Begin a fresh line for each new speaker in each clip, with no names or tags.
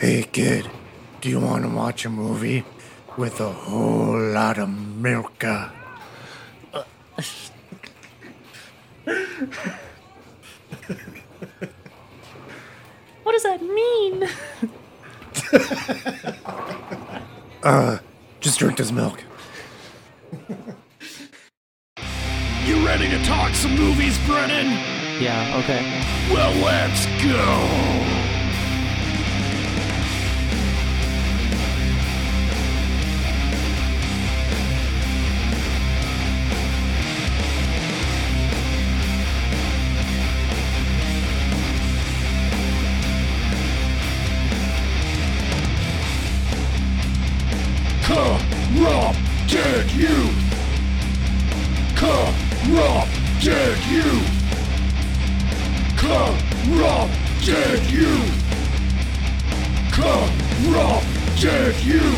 Hey, kid, do you want to watch a movie with a whole lot of milk? Uh,
What does that mean?
Just drink this milk.
You ready to talk some movies, Brennan?
Yeah, okay.
Well, let's go. Corrupted you. Corrupted you. Corrupted you. Corrupted you.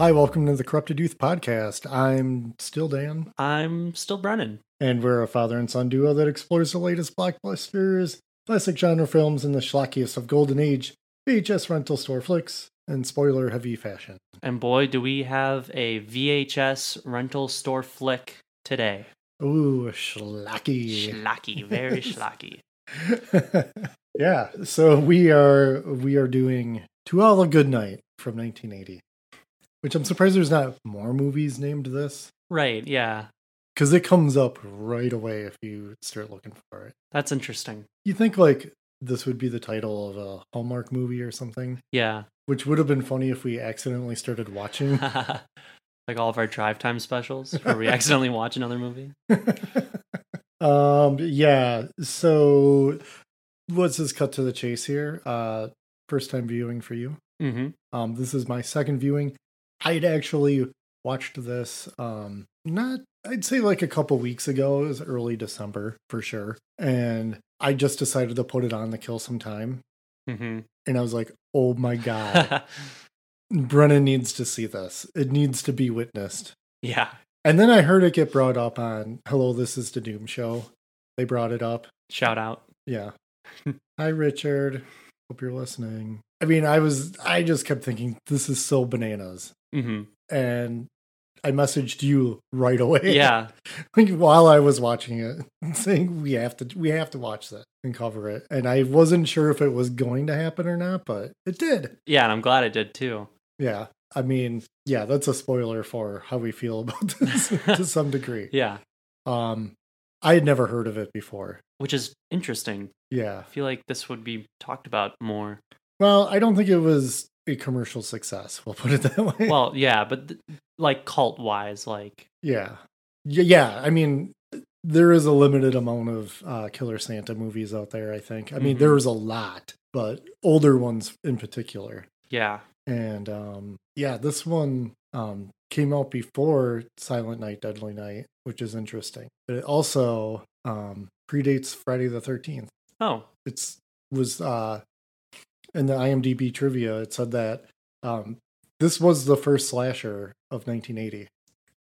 Hi, welcome to the Corrupted Youth Podcast. I'm still Dan,
I'm still Brennan.
and we're a father and son duo that explores the latest blockbusters, classic genre films, and the schlockiest of golden age VHS rental store flicks in spoiler heavy fashion.
And boy, do we have a VHS rental store flick today.
Ooh, schlocky.
Schlocky, very schlocky.
yeah so we are we are doing to all a good night from 1980 which i'm surprised there's not more movies named this
Right, yeah.
because it comes up right away if you start looking for it
That's interesting.
you think like this would be the title of a hallmark movie or something
Yeah.
which would have been funny if we accidentally started watching
like all of our drive time specials where we accidentally watch another movie.
um yeah so let's just cut to the chase here uh first time viewing for you
Mm-hmm.
Um, this is my second viewing. I'd actually watched this um not I'd say like a couple weeks ago. It was early December for sure. And I just decided to put it on to kill some time.
Mm-hmm.
And I was like, oh my God, Brennan needs to see this. It needs to be witnessed.
yeah.
And then I heard it get brought up on Hello, This is the Doom Show. They brought it up.
Shout out.
Yeah. Hi, Richard. Hope you're listening. I mean, I was, I just kept thinking, this is so bananas.
Mm-hmm.
and I messaged you right away.
Yeah.
Like, while I was watching it, saying we have to we have to watch that and cover it. And I wasn't sure if it was going to happen or not, but it did.
Yeah, and I'm glad I did too.
Yeah. I mean, yeah, that's a spoiler for how we feel about this to some degree.
Yeah.
Um I had never heard of it before.
Which is interesting.
Yeah.
I feel like this would be talked about more.
Well, I don't think it was a commercial success. We'll put it that way.
Well, yeah, but th- like cult wise, like
Yeah. Y- Yeah. I mean, there is a limited amount of uh, Killer Santa movies out there, I think. I mean,
Mhm.
there is a lot, but older ones in particular.
yeah.
And um, yeah, this one um, came out before Silent Night, Deadly Night, which is interesting. But it also um, predates Friday the 13th.
Oh,
It's was uh, in the IMDb trivia, it said that um, this was the first slasher of 1980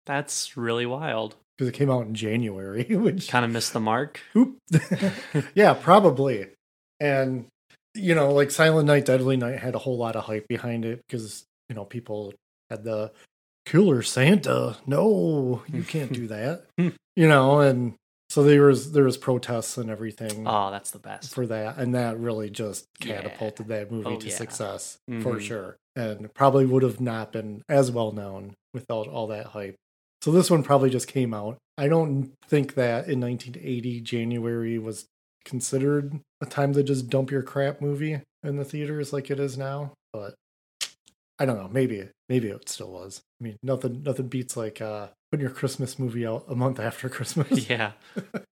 that's really wild.
because it came out in January, which
Kind of missed the mark.
Oop. yeah, probably. And you know, like Silent Night, Deadly Night had a whole lot of hype behind it because you know people had the Killer Santa. No, you can't do that. you know, and so there was there was protests and everything
Oh, that's the best.
for that, and that really just
Yeah.
catapulted that movie
Oh,
to
yeah.
success for
Mhm.
sure. And probably would have not been as well known without all that hype. So this one probably just came out. I don't think that in 1980 January was considered a time to just dump your crap movie in the theaters like it is now. But I don't know. Maybe maybe it still was. I mean, nothing nothing beats like uh, putting your Christmas movie out a month after Christmas.
yeah,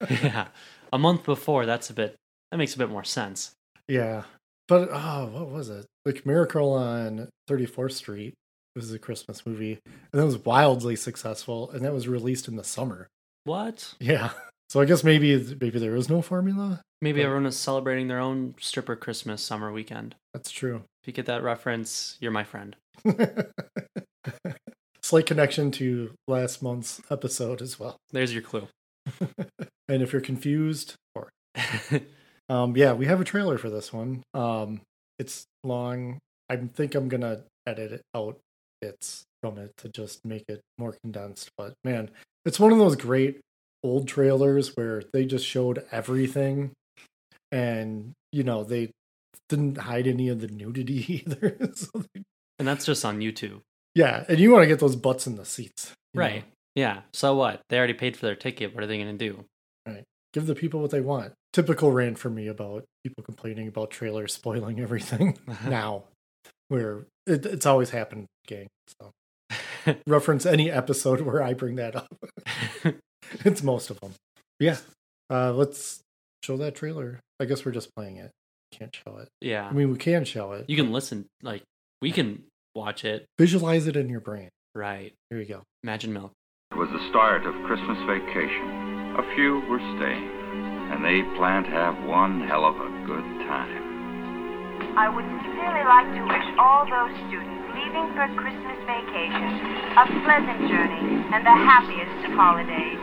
yeah. A month before, that's a bit. That makes a bit more sense.
Yeah. But oh, what was it? Like Miracle on 34th Street was a Christmas movie. And that was wildly successful. And that was released in the summer.
What?
Yeah. So I guess maybe maybe there is no formula.
Maybe
But-
everyone is celebrating their own stripper Christmas summer weekend.
That's true.
If you get that reference, you're my friend.
Slight connection to last month's episode as well.
There's your clue.
And if you're confused, or um yeah, we have a trailer for this one. Um it's long I think I'm gonna edit it out bits from it to just make it more condensed. But man, it's one of those great old trailers where they just showed everything, and you know they didn't hide any of the nudity either. so they,
And that's just on YouTube.
yeah, and you want to get those butts in the seats, you know?
Right. Yeah. So what? They already paid for their ticket. What are they going to do?
Give the people what they want. Typical rant for me about people complaining about trailers spoiling everything now, where it, it's always happened, gang. So reference any episode where I bring that up. it's most of them. Yeah. Uh, let's show that trailer. I guess we're just playing it. Can't show it.
yeah.
I mean, we can show it.
You can listen. Like, we can watch it.
Visualize it in your brain.
Right.
Here you go.
Imagine Milk.
It was the start of Christmas vacation. A few were staying, and they planned to have one hell of a good time.
I would sincerely like to wish all those students leaving for Christmas vacation a pleasant journey and the happiest of holidays.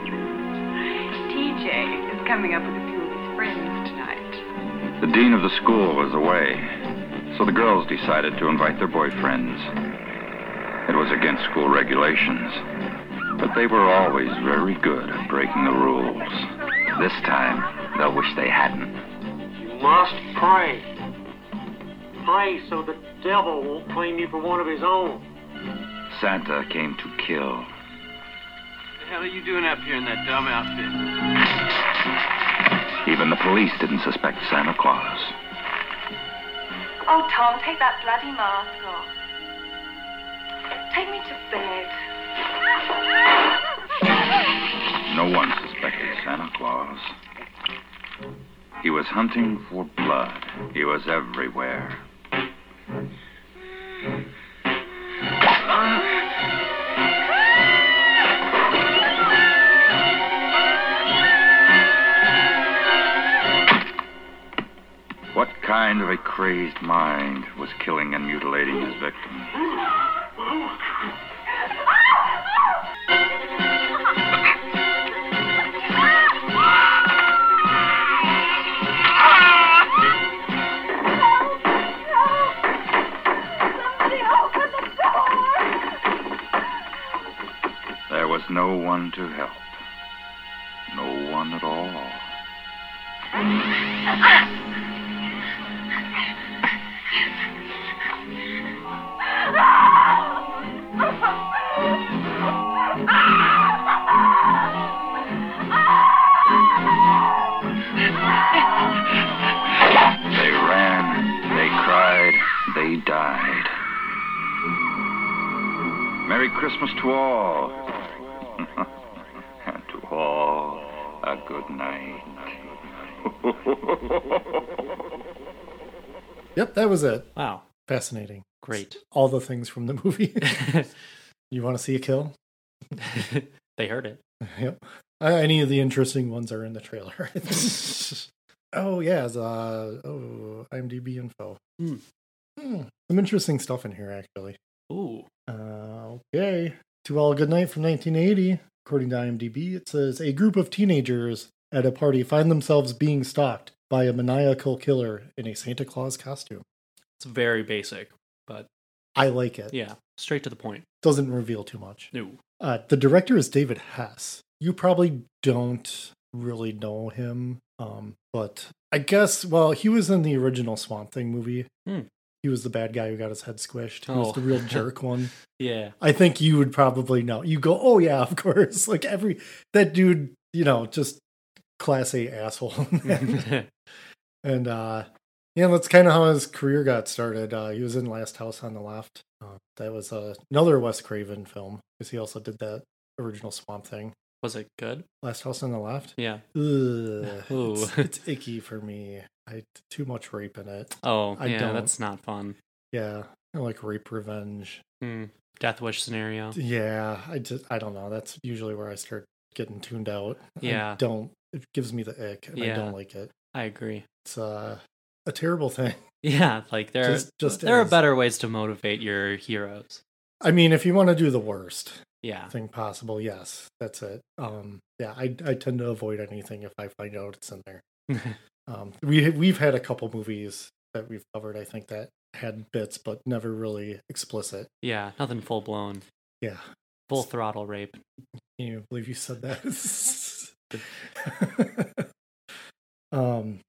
TJ is coming up with a few of his friends tonight.
The dean of the school was away, so the girls decided to invite their boyfriends. It was against school regulations, but they were always very good at breaking the rules. This time, they'll wish they hadn't.
You must pray. Pray so the devil won't claim you for one of his own.
Santa came to kill.
The hell are you doing up here in that dumb outfit?
Even the police didn't suspect Santa Claus.
Oh, Tom, take that bloody mask off. Take me to bed.
No one suspected Santa Claus. He was hunting for blood. He was everywhere. What kind of a crazed mind was killing and mutilating his victim?
Somebody open the door!
There was no one to help. No one at all. They ran, they cried, they died. Merry Christmas to all. and to all, a good night.
Yep, that was it.
Wow.
Fascinating.
Great.
All the things from the movie. you want to see a kill?
they heard it.
Yep. Uh, any of the interesting ones are in the trailer. oh yeah, it's, uh, oh IMDb info.
Hmm.
Hmm. Some interesting stuff in here actually.
Ooh.
Uh, okay. To All Good Night from 1980, according to IMDb, it says a group of teenagers at a party find themselves being stalked by a maniacal killer in a Santa Claus costume.
It's very basic, but
I like it.
yeah, straight to the point.
Doesn't reveal too much.
No.
Uh, the director is David Hess. You probably don't really know him, um, but I guess well, he was in the original Swamp Thing movie.
Hmm.
He was the bad guy who got his head squished. He
Oh.
was the real jerk one.
Yeah.
I think you would probably know. You go, oh yeah, of course. Like every that dude, you know, just class A asshole.
Mm-hmm.
and uh, yeah, that's kind of how his career got started. Uh, he was in Last House on the Left. Uh, that was uh, another Wes Craven film because he also did that original Swamp Thing.
Was it good?
Last House on the Left.
Yeah.
Ugh,
Ooh.
Uh, it's, it's icky for me. I too much rape in it.
Oh,
I
yeah,
don't.
that's not fun.
Yeah, I like rape revenge.
Hmm. Death wish scenario.
Yeah, I just I don't know. That's usually where I start getting tuned out. I
Yeah.
don't it gives me the ick and I
Yeah.
don't like it.
I agree.
It's uh a terrible thing.
Yeah, like there
Just- just
there
is.
are better ways to motivate your heroes.
I mean, if you want to do the worst
Yeah.
thing possible, yes, that's it. Um yeah, I I tend to avoid anything if I find out it's in there. Um we we've had a couple movies that we've covered I think that had bits, but never really explicit.
Yeah, nothing full blown.
Yeah.
Full throttle rape.
Can you believe you said that? um,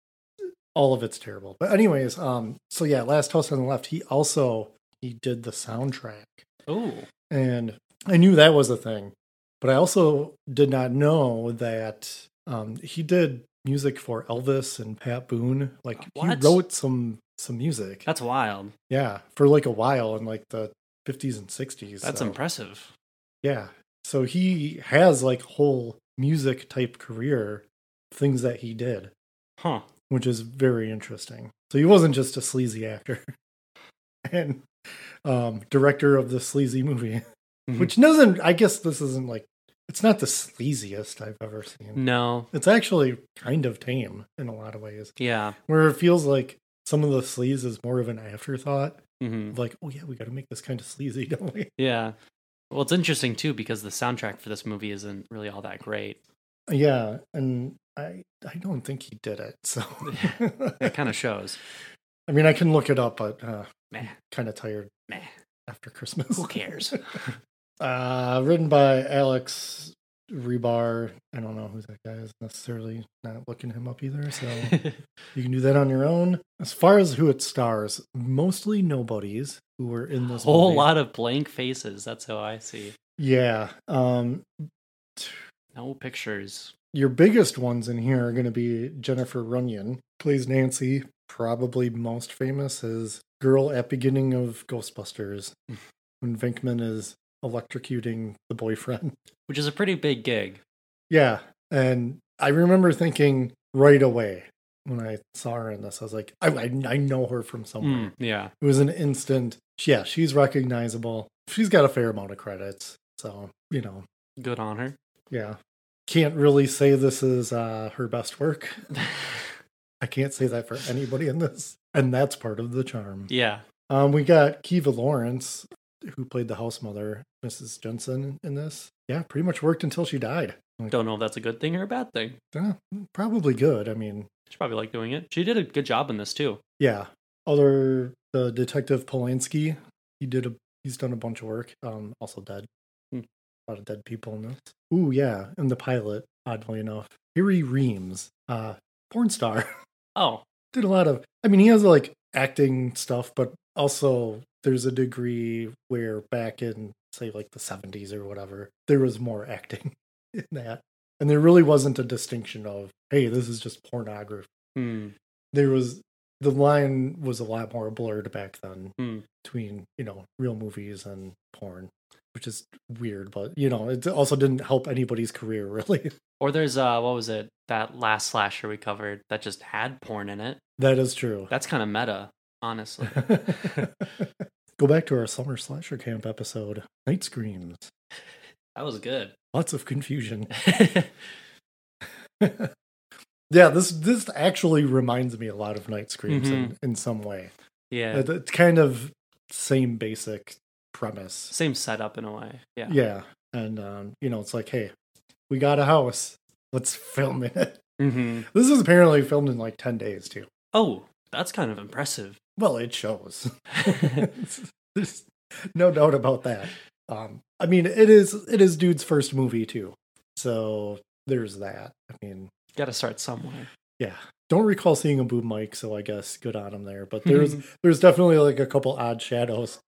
all of it's terrible. But anyways, um, so yeah, Last House on the Left. He also he did the soundtrack,
Oh,
and I knew that was a thing, but I also did not know that um, he did music for Elvis and Pat Boone. Like he
What?
wrote some some music.
that's wild.
Yeah, for like a while in like the 50s and 60s.
That's
so,
impressive.
Yeah. So he has like whole music type career things that he did,
Huh.
which is very interesting. So he wasn't just a sleazy actor and um director of the sleazy movie,
Mhm.
which doesn't I guess this isn't like it's not the sleaziest I've ever seen.
No.
It's actually kind of tame in a lot of ways,
Yeah.
where it feels like some of the sleaze is more of an afterthought
hmm
of like, oh yeah, we got to make this kind of sleazy, don't we?
Yeah. Well, it's interesting too because the soundtrack for this movie isn't really all that great.
Yeah, and I I don't think he did it. So
It kind of shows.
I mean, I can look it up, but uh,
Meh.
kind of tired
Meh.
after Christmas.
Who cares?
uh, written by Alex Rebar. I don't know who that guy is necessarily. Not looking him up either. So you can do that on your own. As far as who it stars, mostly nobodies who were in this
Whole
movie.
lot of blank faces. That's how I see.
Yeah. Um,
No pictures.
your biggest ones in here are going to be Jennifer Runyon plays Nancy, probably most famous as girl at beginning of Ghostbusters when Venkman is electrocuting the boyfriend.
Which is a pretty big gig.
Yeah, and I remember thinking right away when I saw her in this, I was like, I I, I know her from somewhere.
Mm, yeah.
It was an instant. Yeah, she's recognizable. She's got a fair amount of credits, so you know,
Good on her.
yeah. Can't really say this is uh, her best work. I can't say that for anybody in this. And that's part of the charm.
yeah.
Um, we got Kiva Lawrence, who played the house mother, Mrs. Jensen, in this. Yeah, pretty much worked until she died. Like,
Don't know if that's a good thing or a bad thing.
eh, probably good. I mean,
She probably liked doing it. She did a good job in this too.
yeah. Other the detective Polanski, he did a he's done a bunch of work. Um, also dead.
Hmm.
A lot of dead people in this. Ooh, yeah. And the pilot, oddly enough. Harry Reams, uh, porn star.
Oh,
did a lot of i mean he has like acting stuff but also there's a degree where back in say like the 70s or whatever there was more acting in that and there really wasn't a distinction of hey this is just pornography
hmm.
there was the line was a lot more blurred back then
Hmm.
between you know real movies and porn which is weird but you know it also didn't help anybody's career really
Or there's uh, what was it? That last slasher we covered that just had porn in it.
that is true
That's kind of meta, honestly.
Go back to our summer slasher camp episode. Night screams.
that was good.
Lots of confusion. yeah, this this actually reminds me a lot of night screams in, in some way.
Mm-hmm. yeah.
It- It's kind of same basic premise.
Same setup in a way. Yeah.
Yeah. And um, you know, it's like, hey, we got a house. Let's film it.
hmm
This is apparently filmed in like 10 days too.
Oh, that's kind of impressive.
Well, it shows. There's no doubt about that. Um, I mean, it is it is dude's first movie too, so there's that. I mean,
Got to start somewhere.
yeah, don't recall seeing a boom mic, so I guess good on him there. But there's there's definitely like a couple odd shadows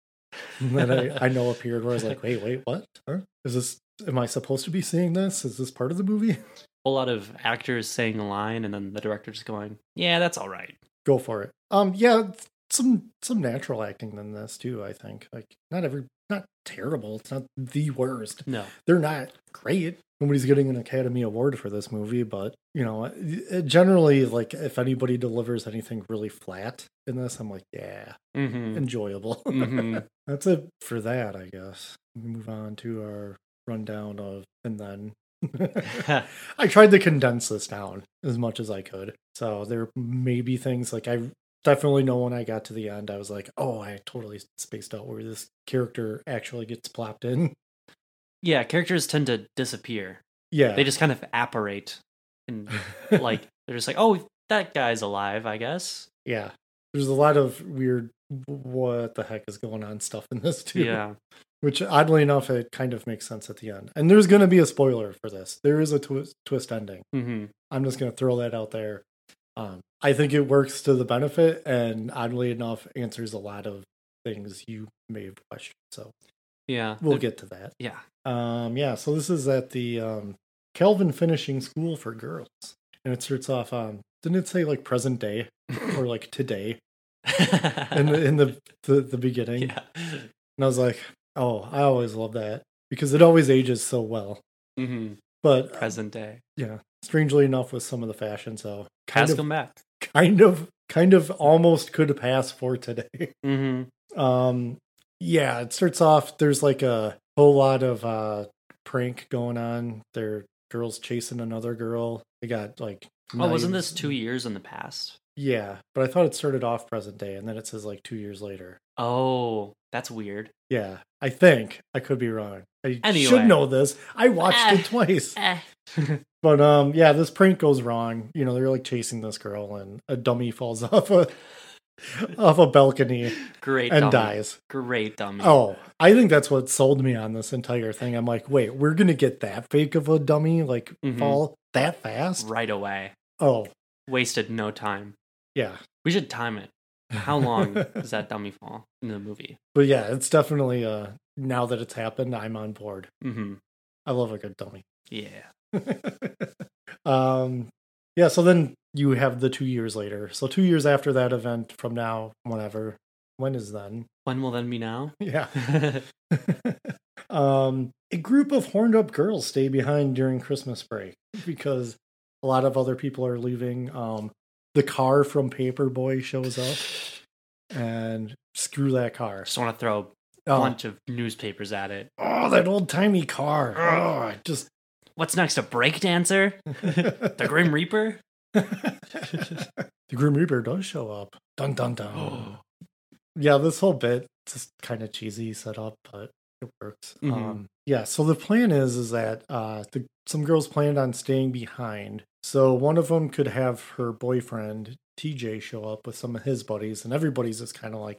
that I, I know appeared where I was like, wait, wait, what? Huh? Is this? Am I supposed to be seeing this? Is this part of the movie?
whole lot of actors saying a line and then the director just going, "Yeah, that's all right."
Go for it. Um, yeah, some some natural acting in this too. I think like not every not terrible. It's not the worst.
No.
they're not great. Nobody's getting an Academy Award for this movie, but you know, it- generally, like if anybody delivers anything really flat in this, I'm like, yeah,
Mm-hmm.
enjoyable.
Mhm.
That's it for that, I guess. We move on to our rundown of and then. I tried to condense this down as much as I could. So there may be things like I definitely know when I got to the end, I was like, oh, I totally spaced out where this character actually gets plopped in.
yeah, characters tend to disappear.
Yeah.
They just kind of apparate and like they're just like, "Oh, that guy's alive, I guess."
yeah there's a lot of weird what the heck is going on stuff in this too.
Yeah.
Which oddly enough, it kind of makes sense at the end. And there's going to be a spoiler for this. There is a twi- twist ending.
hmm
I'm just going to throw that out there. Um, I think it works to the benefit, and oddly enough, answers a lot of things you may have questioned. So
Yeah.
we'll
Th-
get to that.
Yeah.
Um, yeah, so this is at the um, Kelvin Finishing School for Girls, and it starts off. Um, didn't it say like present day or like today in the in the the, the beginning?
yeah.
And I was like, oh, I always love that because it always ages so well.
hmm
But uh,
Present day.
yeah, strangely enough, with some of the fashion, so kind
Ask
of
him back.
kind of kind of almost could pass for today.
hmm
Um yeah, it starts off there's like a whole lot of uh prank going on. There girls chasing another girl. They got like
Oh, wasn't
knives.
this two years in the past?
Yeah, but I thought it started off present day and then it says like 2 years later.
Oh, that's weird.
Yeah, I think I could be wrong. I
Anyway.
should know this. I watched
Ah.
it twice.
Eh.
But um yeah, this prank goes wrong. You know, they're like chasing this girl and a dummy falls off a off a balcony
Great
and
dummy.
dies.
Great dummy.
Oh, I think that's what sold me on this entire thing. I'm like, wait, we're gonna get that fake of a dummy like
Mhm.
fall that fast?
Right away.
Oh,
Wasted no time.
yeah.
We should time it. How long does that dummy fall in the movie?
But yeah, it's definitely uh now that it's happened, I'm on board.
hmm
I love a good dummy.
Yeah.
um, yeah. So then you have the two years later. So two years after that event, from now, whenever, when is then?
When will then be now?
Yeah. um, a group of horned up girls stay behind during Christmas break because a lot of other people are leaving. Um, the car from Paperboy shows up and screw that car.
Just want to throw a
Oh,
bunch of newspapers at it.
oh, that old timey car. Oh, I just.
What's next? A break dancer? The
the
Grim Reaper?
Grim Reaper does show up. Dun dun dun. yeah, this whole bit just kind of cheesy setup, but it works.
Mhm.
Um, yeah. So the plan is is that uh, the, some girls planned on staying behind, so one of them could have her boyfriend TJ show up with some of his buddies, and everybody's just kind of like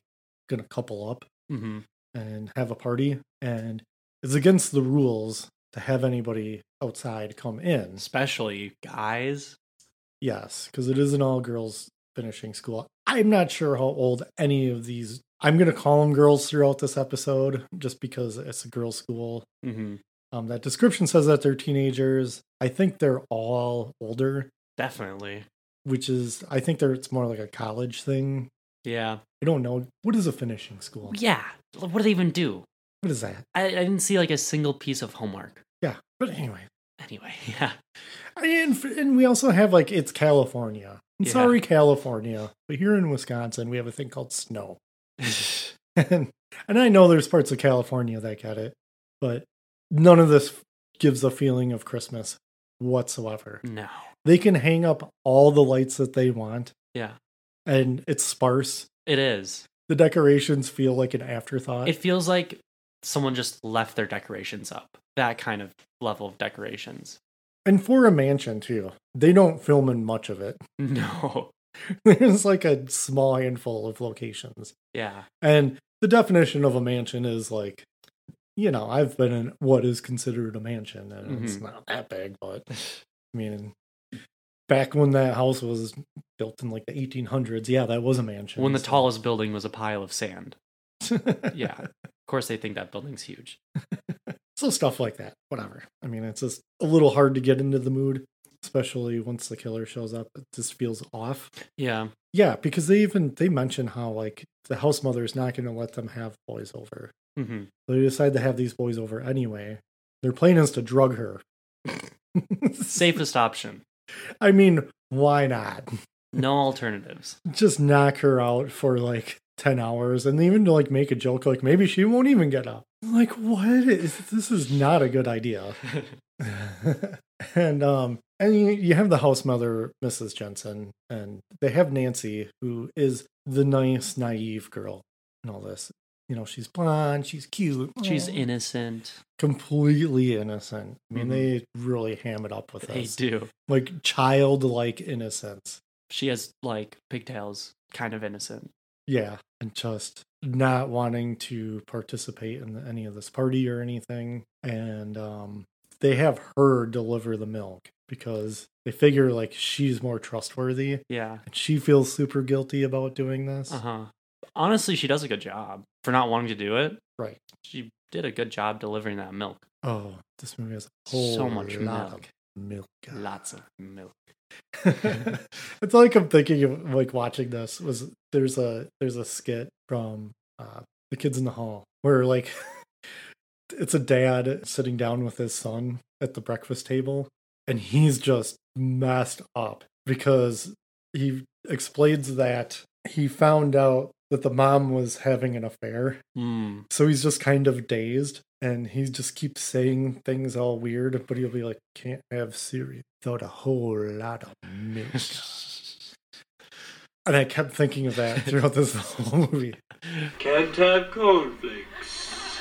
gonna couple up
hmm
and have a party, and it's against the rules to have anybody outside come in.
Especially guys.
Yes, because it is an all girls finishing school. I'm not sure how old any of these. I'm going to call them girls throughout this episode, just because it's a girls' school.
hmm
Um, that description says that they're teenagers. I think they're all older,
Definitely.
which is I think they're it's more like a college thing.
Yeah.
I don't know what is a finishing school.
Yeah. What do they even do?
What is that?
I, I didn't see like a single piece of homework.
Yeah, but anyway,
Anyway, yeah.
and f- and we also have like it's California. I'm
Yeah.
sorry, California, but here in Wisconsin we have a thing called snow. and and I know there's parts of California that get it, but none of this gives a feeling of Christmas whatsoever.
no.
They can hang up all the lights that they want.
Yeah.
And it's sparse.
It is.
The decorations feel like an afterthought.
It feels like someone just left their decorations up. That kind of level of decorations.
and for a mansion too. They don't film in much of it.
No.
There's like a small handful of locations.
Yeah.
And the definition of a mansion is like, you know, I've been in what is considered a mansion, and it's
Mhm.
not that big, but I mean, back when that house was built in like the 1800s, yeah, that was a mansion.
When the
so-
tallest building was a pile of sand. Yeah. of course, they think that building's huge.
so stuff like that, whatever. I mean, it's just a little hard to get into the mood, especially once the killer shows up. It just feels off.
Yeah.
Yeah, because they even they mention how like the house mother is not going to let them have boys over.
hmm
So they decide to have these boys over anyway. Their plan is to drug her.
Safest option.
I mean, why not?
No alternatives.
Just knock her out for like 10 hours and even to like make a joke like maybe she won't even get up. Like what is this is not a good idea. and um and you, you have the house mother Mrs. Jensen and they have Nancy who is the nice naive girl in all this. You know, she's blonde, she's cute.
She's
Aw.
innocent.
completely innocent. I mean,
Mhm.
they really ham it up with
They
this,
do.
like childlike innocence.
She has like pigtails, kind of innocent.
yeah, and just not wanting to participate in any of this party or anything. And um, they have her deliver the milk because they figure like she's more trustworthy
Yeah.
and she feels super guilty about doing this.
Uh huh. Honestly, she does a good job for not wanting to do it.
Right.
She did a good job delivering that milk.
Oh, this movie has a whole
So much
lot
milk.
of milk.
Lots of milk.
it's like I'm thinking of like watching this was there's a there's a skit from uh the kids in the hall where like it's a dad sitting down with his son at the breakfast table and he's just messed up because he explains that he found out that the mom was having an affair
Mm.
so he's just kind of dazed and he just keeps saying things all weird, but he'll be like, can't have cereal without a whole lot of milk. and I kept thinking of that throughout this whole movie.
Can't have cornflakes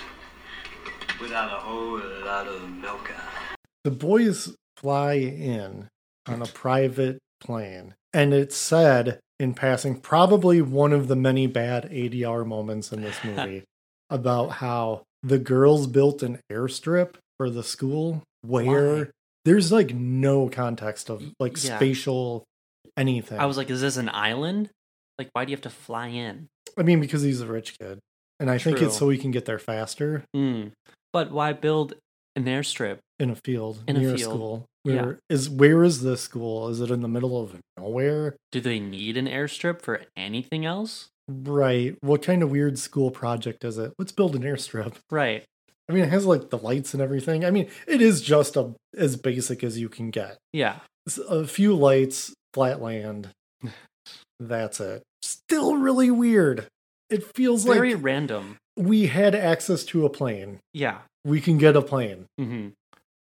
without a whole lot of milk. uh,
The boys fly in on a private plane, and it's said in passing, probably one of the many bad ADR moments in this movie, about how the girls built an airstrip for the school where
Why?
there's like no context of like
Yeah.
spatial anything.
I was like, is this an island? Like, why do you have to fly in?
I mean, because he's a rich kid, and I think it's
True.
so he can get there faster
Mm. But why build an airstrip?
in a field
In a
near a,
field.
school.
Yeah.
Where is where is this school? Is it in the middle of nowhere?
Do they need an airstrip for anything else?
Right. What kind of weird school project is it? Let's build an airstrip.
Right.
I mean, it has like the lights and everything. I mean, it is just a, as basic as you can get.
Yeah.
It's a few lights, flat land. That's it. Still really weird. It feels
Very
like
random.
we had access to a plane.
Yeah.
We can get a plane.
hmm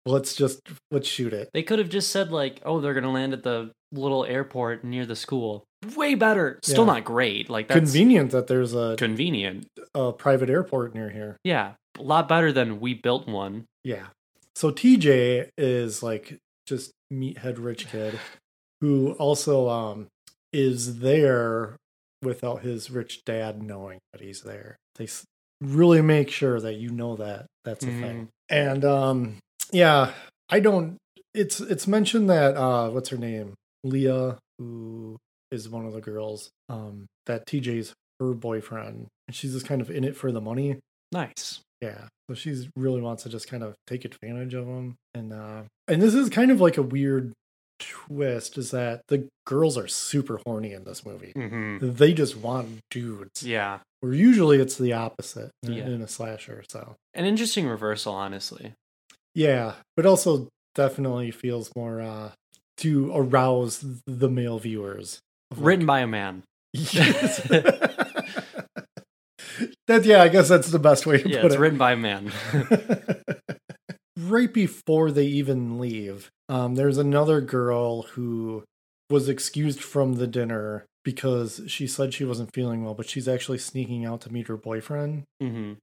Let's just let's shoot it.
They could have just said like, "Oh, they're gonna land at the little airport near the school." Way better. Still
Yeah.
not great. Like that's
Convenient that there's a,
convenient.
a private airport near here.
Yeah, a lot better than we built one.
Yeah. So TJ is like just meathead rich kid who also um is there without his rich dad knowing that he's there. They s- really make sure that you know that that's a thing. And um yeah, I don't it's it's mentioned that uh what's her name? Leah who is one of the girls um that TJ's her boyfriend and she's just kind of in it for the money.
Nice.
Yeah. So she's really wants to just kind of take advantage of him. And uh and this is kind of like a weird twist is that the girls are super horny in this movie.
Mm-hmm.
They just want dudes.
Yeah,
Where usually it's the opposite in,
Yeah.
in a slasher, so.
an interesting reversal, honestly.
Yeah, but also definitely feels more uh to arouse the male viewers. Of, like,
Written by a man.
Yes. that yeah, I guess that's the best way to
Yeah,
put
it's
it.
written by a man.
right before they even leave, um, there's another girl who was excused from the dinner because she said she wasn't feeling well, but she's actually sneaking out to meet her boyfriend.
hmm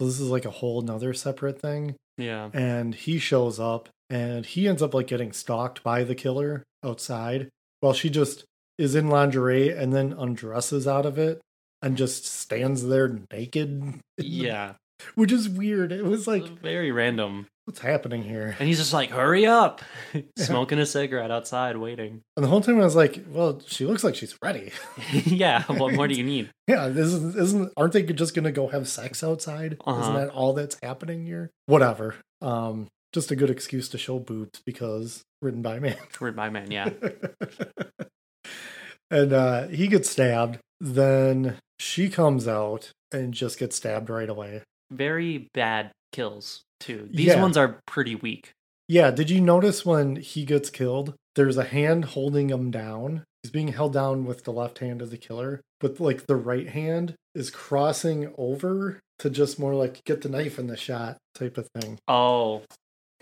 So this is like a whole nother separate thing.
Yeah.
And he shows up and he ends up like getting stalked by the killer outside while she just is in lingerie and then undresses out of it and just stands there naked.
Yeah.
Which is weird. It was like
Very random.
what's happening here?
And he's just like, hurry up. Smoking a cigarette outside, waiting.
And the whole time I was like, well, she looks like she's ready.
yeah. What more do you need?
yeah, this is, isn't aren't they just going to go have sex outside? Isn't
Uh-huh.
that all that's happening here? Whatever. Um just a good excuse to show boobs because written by a man.
It's written by a man. Yeah.
and uh he gets stabbed, then she comes out and just gets stabbed right away.
Very bad kills too. These
Yeah.
ones are pretty weak.
Yeah, did you notice when he gets killed, there's a hand holding him down? He's being held down with the left hand of the killer, but like the right hand is crossing over to just more like get the knife in the shot type of thing.
Oh,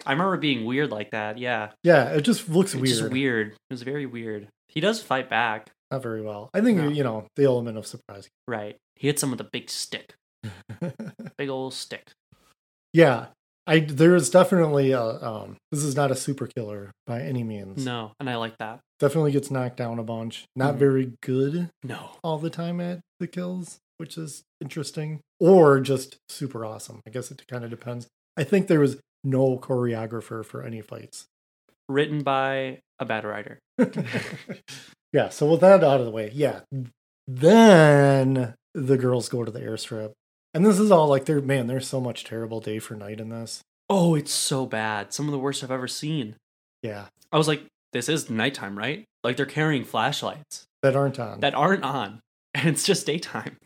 I remember it being weird like that. Yeah.
Yeah, it just looks
It's
weird.
just weird. It was very weird. He does fight back.
Not very well. I think,
No.
you know, the element of surprise.
Right. He hits him with a big stick. big old stick.
yeah. I there is definitely a um this is not a super killer by any means.
No, and I like that.
Definitely gets knocked down a bunch. Not
Mm-hmm.
very good
No.
all the time at the kills, which is interesting, or just super awesome. I guess it kind of depends. I think there was no choreographer for any fights.
Written by a bad writer.
yeah, so with that out of the way, yeah. Then the girls go to the airstrip. And this is all like there man, there's so much terrible day for night in this.
Oh, it's so bad. Some of the worst I've ever seen.
Yeah.
I was like, this is nighttime, right? Like they're carrying flashlights
That aren't on.
that aren't on, and it's just daytime.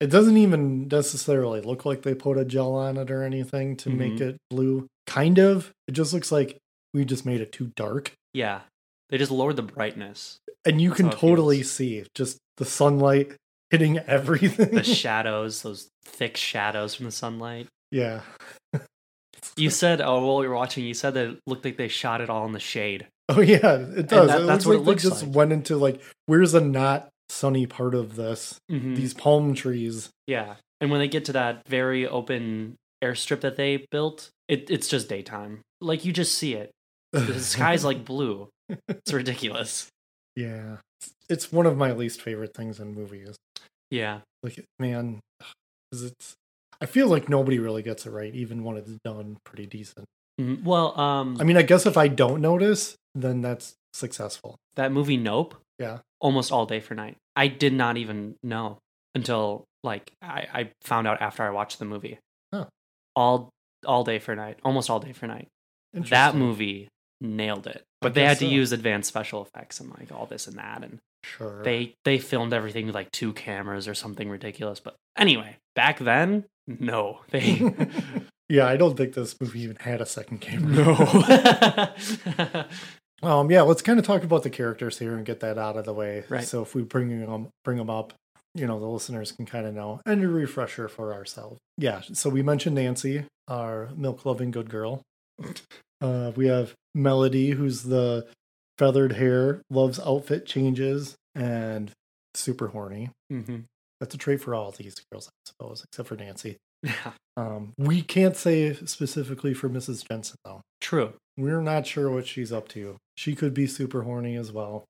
it doesn't even necessarily look like they put a gel on it or anything to make
Mhm.
it blue. Kind of. It just looks like we just made it too dark.
Yeah. They just lowered the brightness,
And you
That's
can
how it feels.
totally see just the sunlight hitting everything.
the shadows, those thick shadows from the sunlight.
yeah.
You said, oh, while we were watching, you said that it looked like they shot it all in the shade.
Oh yeah, it does.
that-
it
that's
looks
what it
like
looks
they just
like.
went into like where's the not sunny part of this?
Mhm.
These palm trees.
Yeah. And when they get to that very open airstrip that they built, it, it's just daytime. Like you just see it. The sky's like blue. It's ridiculous.
yeah. It's- It's one of my least favorite things in movies.
Yeah.
Like man, 'cause it's I feel like nobody really gets it right even when it's done pretty decent.
Mhm. Well, um
I mean, I guess if I don't notice, then that's successful.
that movie Nope.
Yeah.
Almost all day for night. I did not even know until like I, I found out after I watched the movie.
Huh.
All all day for night. Almost all day for night. That
Interesting.
movie nailed it.
I
But they
guess
had to
so.
use advanced special effects and like all this and that and
Sure.
they they filmed everything with like two cameras or something ridiculous. But anyway, back then, no, they
yeah, I don't think this movie even had a second camera.
no.
Um, yeah, let's kind of talk about the characters here and get that out of the way.
Right.
So if we bring them bring them up, you know, the listeners can kind of know and a refresher for ourselves. Yeah. So we mentioned Nancy, our milk loving good girl. Uh, we have Melody, who's the feathered hair, loves outfit changes, and super horny.
Mhm.
That's a trait for all these girls, I suppose, except for Nancy.
Yeah,
Um, we can't say specifically for Mrs. Jensen though.
true.
We're not sure what she's up to. She could be super horny as well.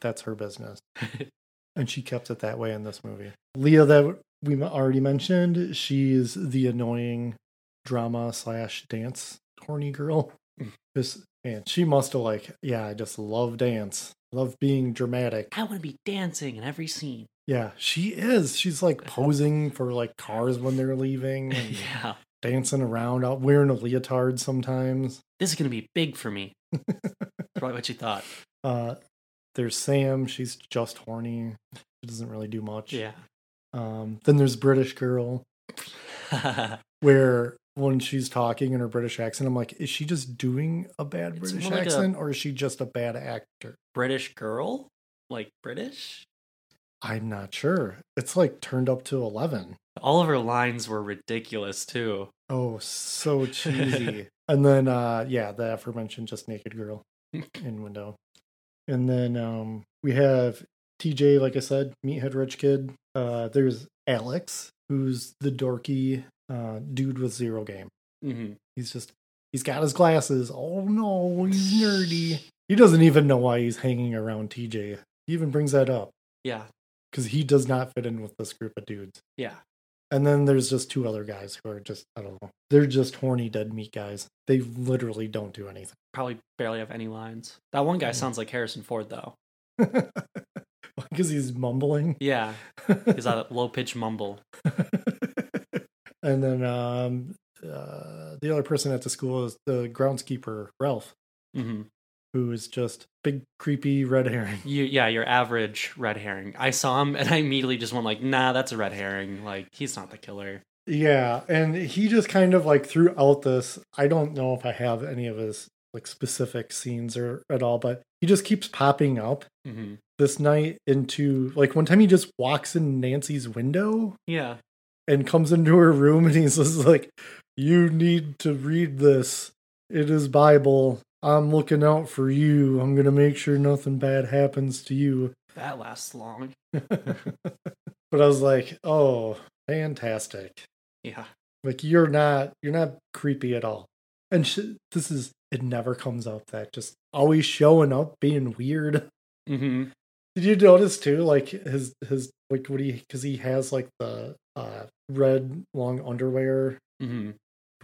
That's her business. and she kept it that way in this movie. Leah, that we already mentioned, she is the annoying drama slash dance horny girl. This and she must have like, yeah, I just love dance. Love being dramatic.
I want to be dancing in every scene.
Yeah, she is. She's like posing for like cars when they're leaving and
yeah,
dancing around out wearing a leotard sometimes.
this is gonna be big for me. Probably what you thought.
Uh, there's Sam. She's just horny. She doesn't really do much.
Yeah.
Um, then there's British girl, where when she's talking in her British accent, I'm like, is she just doing a bad
It's
British
more like a-
accent, or is she just a bad actor?
British girl, like British.
I'm not sure. It's like turned up to eleven.
All of her lines were ridiculous too.
Oh, so cheesy. and then, uh, yeah, the aforementioned just naked girl in window. And then um, we have TJ, like I said, meathead rich kid. Uh, there's Alex, who's the dorky uh, dude with zero game.
Mm-hmm.
He's just, he's got his glasses. Oh no, he's nerdy. He doesn't even know why he's hanging around TJ. He even brings that up
Yeah,
because he does not fit in with this group of dudes.
yeah.
And then there's just two other guys who are just, I don't know, they're just horny dead meat guys. They literally don't do anything.
Probably barely have any lines. That one guy sounds like Harrison Ford though.
Because he's mumbling.
Yeah, is that low pitch mumble.
and then um, uh, the other person at the school is the groundskeeper, Ralph,
hmm
who is just big, creepy red herring.
You, yeah, your average red herring. I saw him and I immediately just went like, nah, that's a red herring. Like he's not the killer.
Yeah, and he just kind of like throughout this, I don't know if I have any of his like specific scenes or at all, but he just keeps popping up
hmm
this night into like one time he just walks in Nancy's window
Yeah,
and comes into her room and he's just like, You need to read this. It is Bible. I'm looking out for you. I'm gonna make sure nothing bad happens to you.
that lasts long.
but I was like, Oh, fantastic
Yeah,
like you're not you're not creepy at all and sh- this is it never comes up that just always showing up being weird
Mm-hmm.
Did you notice too, like his his like what he because he has like the uh red long underwear
Mm-hmm.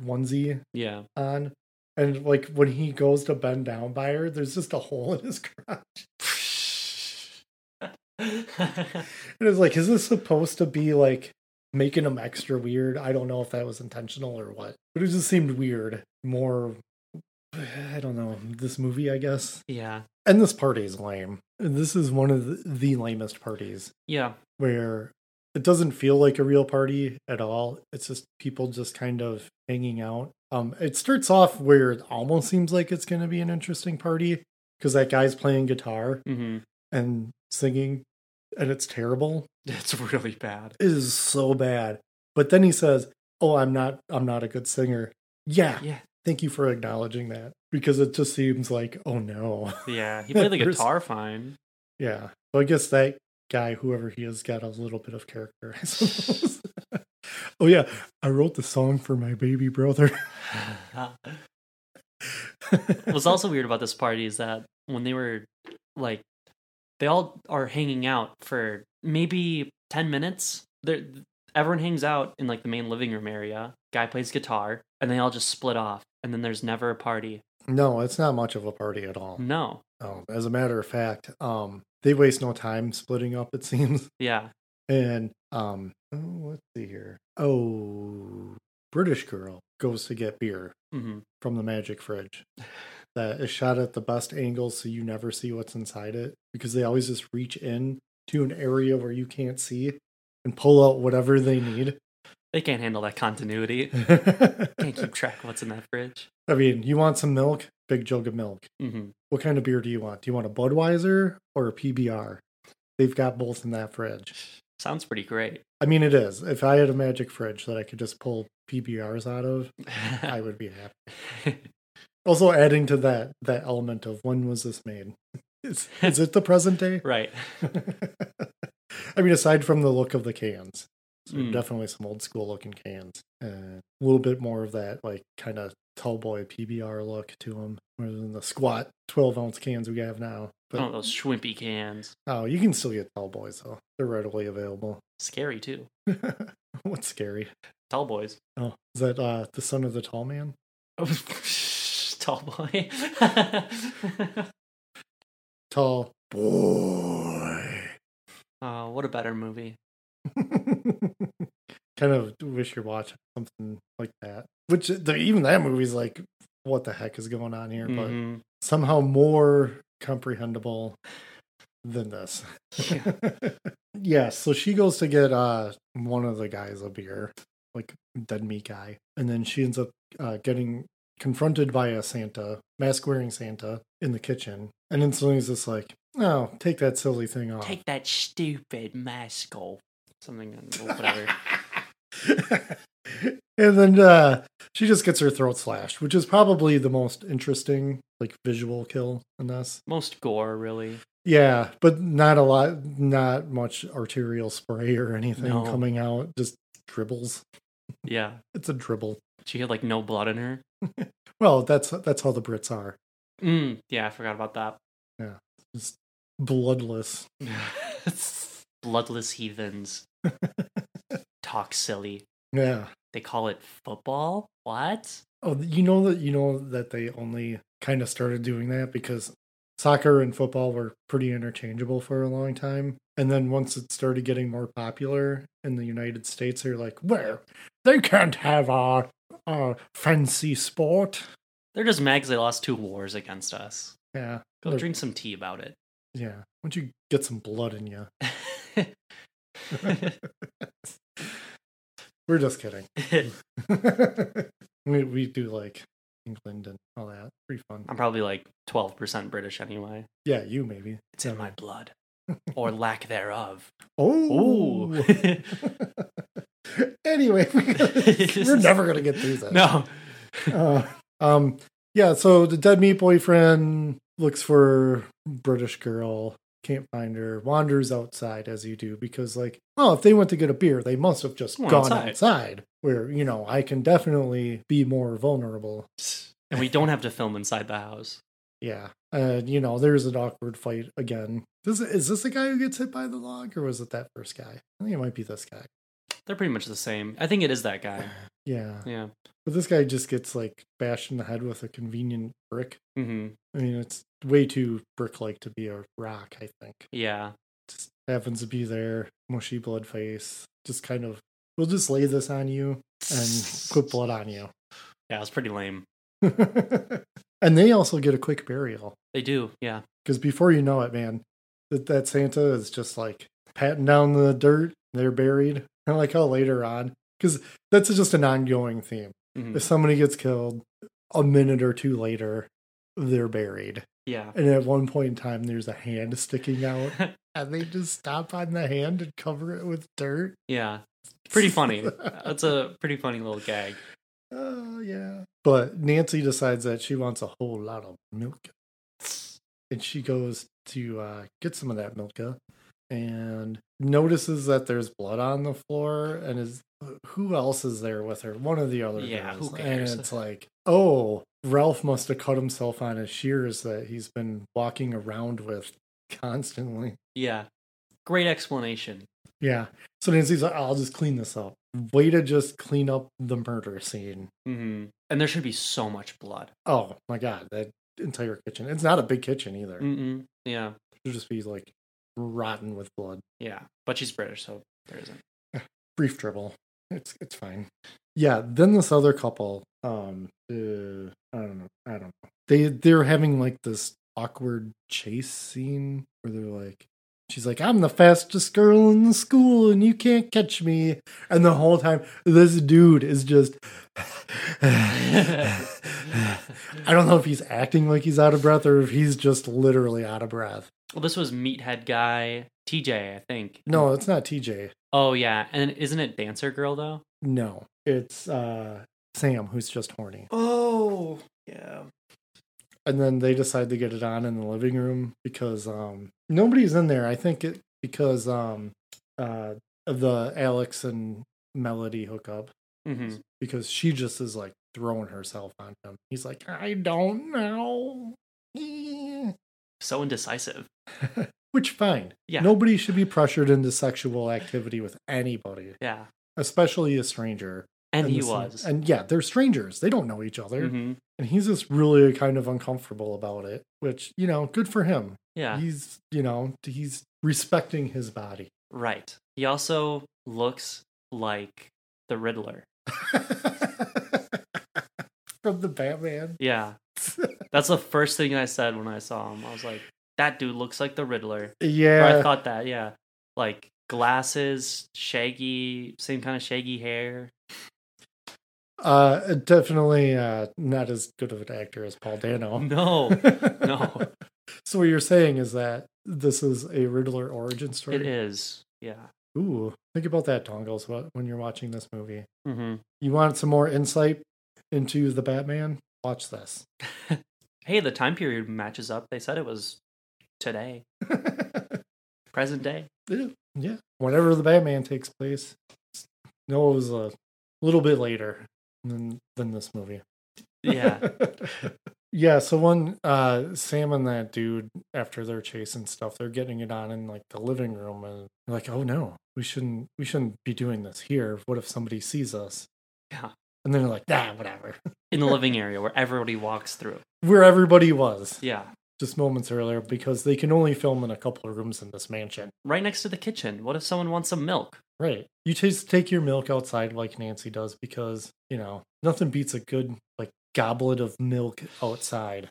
onesie
Yeah.
on, and like when he goes to bend down by her, there's just a hole in his crotch. And it was like, is this supposed to be like making him extra weird? I don't know if that was intentional or what, but it just seemed weird. More, I don't know, this movie, I guess.
yeah.
And this party is lame. This is one of the, the lamest parties
Yeah.
where it doesn't feel like a real party at all. It's just people just kind of hanging out. Um, it starts off where it almost seems like it's going to be an interesting party because that guy's playing guitar
Mm-hmm.
and singing, and it's terrible
That's really bad.
is so bad. But then he says, "Oh, I'm not. I'm not a good singer." Yeah,
Yeah.
Thank you for acknowledging that because it just seems like, oh no.
Yeah. He played the
There's-
guitar fine.
Yeah. So I guess that guy, whoever he is, got a little bit of character. I suppose. oh yeah, I wrote the song for my baby brother.
What's also weird about this party is that when they were like, they all are hanging out for maybe 10 minutes. They're, everyone hangs out in like the main living room area. Guy plays guitar and they all just split off. And then there's never a party.
no, it's not much of a party at all.
No.
Um, as a matter of fact, um, they waste no time splitting up. It seems.
Yeah.
And um, oh, let's see here. Oh, British girl goes to get beer
hmm
from the magic fridge that is shot at the best angle, so you never see what's inside it because they always just reach in to an area where you can't see and pull out whatever they need.
They can't handle that continuity. Can't keep track of what's in that fridge.
I mean, you want some milk? Big jug of milk.
hmm
What kind of beer do you want? Do you want a Budweiser or a PBR? They've got both in that fridge.
Sounds pretty great.
I mean, it is. If I had a magic fridge that I could just pull PBRs out of, I would be happy. Also, adding to that that element of when was this made? Is, is it the present day?
right.
I mean, aside from the look of the cans, so
Mm.
definitely some old school looking cans. Uh, a little bit more of that like kind of tall boy PBR look to them, rather than the squat twelve ounce cans we have now. But
oh,
oh,
those schwimpy cans.
you can still get tall boys though; they're readily available.
Scary too.
What's scary?
Tall boys.
Oh, is that uh, the son of the tall man?
Tall boy.
Tall boy.
oh, what a better movie.
kind of wish you're watching something like that. Which uh, the, even that movie's like, what the heck is going on here?
Mhm.
But somehow more comprehensible than this.
Yeah.
yeah. So she goes to get uh one of the guys a beer, like dead meat guy, and then she ends up uh, getting confronted by a Santa, mask wearing Santa, in the kitchen, and instantly is just like, "Oh, take that silly thing off."
Take that stupid mask off. Something, uh, whatever.
and then uh, she just gets her throat slashed, which is probably the most interesting like visual kill in this.
Most gore, really.
Yeah, but not a lot, not much arterial spray or anything
No.
coming out. Just dribbles.
Yeah.
It's a dribble.
She had like no blood in her.
Well, that's that's how the Brits are.
Mm, yeah, I forgot about that.
Just bloodless.
Bloodless heathens. Talk silly.
Yeah.
They call it football? What?
Oh, you know that you know that they only kind of started doing that because soccer and football were pretty interchangeable for a long time. And then once it started getting more popular in the United States, they're like, "Well, they can't have our our fancy sport."
They're just mad 'cause they lost two wars against us.
Yeah,
Go
They're-
drink some tea about it.
yeah. Once you get some blood in you, we're just kidding. we, we do like England and all that. Pretty fun.
I'm probably like 12% British anyway.
Yeah, you maybe.
It's in my blood. Or lack thereof.
Oh.
Ooh.
anyway, we're never gonna get through that.
no.
Uh, um, yeah. So the dead meat boyfriend looks for British girl, can't find her, wanders outside as you do because, like, oh, if they went to get a beer, they must have just
Went
gone
outside.
outside. Where you know I can definitely be more vulnerable.
And we don't have to film inside the house.
Yeah. Uh, you know, there's an awkward fight again. This is this the guy who gets hit by the log, or was it that first guy? I think it might be this guy.
They're pretty much the same. I think it is that guy.
Yeah.
Yeah.
But this guy just gets like bashed in the head with a convenient brick.
hmm
I mean, it's way too brick like to be a rock, I think.
Yeah.
Just happens to be there, mushy blood face. Just kind of we'll just lay this on you and put blood on you.
Yeah, it's pretty lame.
and they also get a quick burial.
They do. Yeah.
because before you know it, man, that, that Santa is just like patting down the dirt. They're buried. I like how later on, because that's just an ongoing theme.
Mhm.
If somebody gets killed, a minute or two later, they're buried.
Yeah.
And at one point in time, there's a hand sticking out, and they just stop on the hand and cover it with dirt.
Yeah. Pretty funny. That's a pretty funny little gag.
Oh, yeah. But Nancy decides that she wants a whole lot of milk. And she goes to uh, get some of that milka and notices that there's blood on the floor and is who else is there with her? One of the other
Yeah,
girls.
who cares?
And it's like, oh, Ralph must have cut himself on his shears that he's been walking around with constantly.
Yeah. Great explanation.
Yeah. So Nancy's like, I'll just clean this up. Way to just clean up the murder scene.
hmm And there should be so much blood.
Oh my god, that entire kitchen. It's not a big kitchen either.
Mm-mm. Yeah.
It'll just be like rotten with blood.
Yeah. But she's British, so there isn't.
Brief dribble. It's it's fine. Yeah, then this other couple, um uh, I don't know. I don't know. They they're having like this awkward chase scene where they're like She's like, I'm the fastest girl in the school and you can't catch me. And the whole time, this dude is just. I don't know if he's acting like he's out of breath or if he's just literally out of breath.
Well, this was Meathead Guy TJ, I think.
No, it's not TJ.
Oh, yeah. And isn't it Dancer Girl, though?
No, it's uh, Sam who's just horny.
Oh, yeah.
And then they decide to get it on in the living room because um, nobody's in there. I think it because um, uh, of the Alex and Melody hookup.
hmm
because she just is like throwing herself on him. He's like, I don't know. Eh.
So indecisive.
Which fine.
Yeah.
Nobody should be pressured into sexual activity with anybody,
Yeah.
especially a stranger.
And, he
this-
was.
And yeah, they're strangers. They don't know each other.
Mhm.
And he's just really kind of uncomfortable about it, which, you know, good for him.
Yeah.
He's, you know, he's respecting his body.
Right. He also looks like the Riddler.
From the Batman.
Yeah. That's the first thing I said when I saw him. I was like, that dude looks like the Riddler. Or
Yeah.
I thought that, yeah. Like glasses, shaggy, same kind of shaggy hair.
Uh, definitely uh, not as good of an actor as Paul Dano.
No, no.
so what you're saying is that this is a Riddler origin story.
it is. Yeah.
Ooh, think about that, Dongles. wh- When you're watching this movie,
hmm
you want some more insight into the Batman? Watch this.
Hey, the time period matches up. They said it was today, present day.
yeah. Whenever the Batman takes place, no, it was a little bit later than than this movie.
Yeah.
yeah, so one uh Sam and that dude after their chase and stuff, they're getting it on in like the living room and they're like, oh no, we shouldn't we shouldn't be doing this here. What if somebody sees us?
Yeah.
And then they're like, nah, whatever.
In the living area where everybody walks through.
Where everybody was
Yeah.
just moments earlier because they can only film in a couple of rooms in this mansion.
Right next to the kitchen. What if someone wants some milk?
Right. You just take your milk outside like Nancy does because, you know, nothing beats a good like goblet of milk outside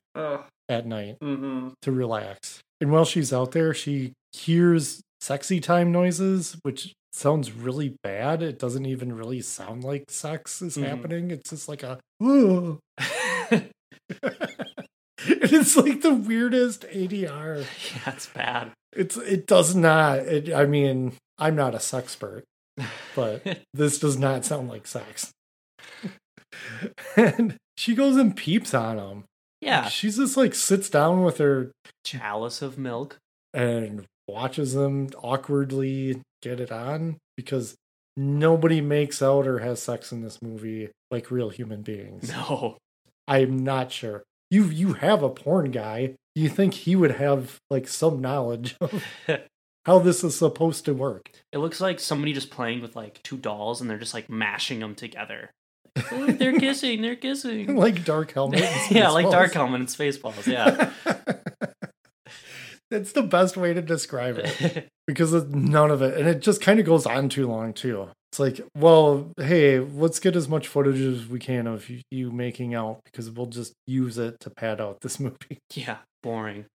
at night to relax. And while she's out there, she hears sexy time noises, which sounds really bad. It doesn't even really sound like sex is
Mhm.
happening. It's just like a ooh. and it's like the weirdest ADR.
Yeah, that's bad.
It's it does not. It, I mean, I'm not a sexpert, but this does not sound like sex. and she goes and peeps on him.
Yeah.
She's just like sits down with her
Chalice of milk.
and watches them awkwardly get it on because nobody makes out or has sex in this movie like real human beings.
No.
I'm not sure. you you have a porn guy. Do you think he would have like some knowledge of how this is supposed to work?
It looks like somebody just playing with like two dolls and they're just like mashing them together. Ooh, they're kissing, they're kissing.
like Dark Helmet. and
yeah, like Dark
Spaceballs.
Helmet and Spaceballs. Yeah.
That's the best way to describe it. because of none of it and it just kind of goes on too long too it's like well hey let's get as much footage as we can of you, you making out because we'll just use it to pad out this movie
yeah, boring.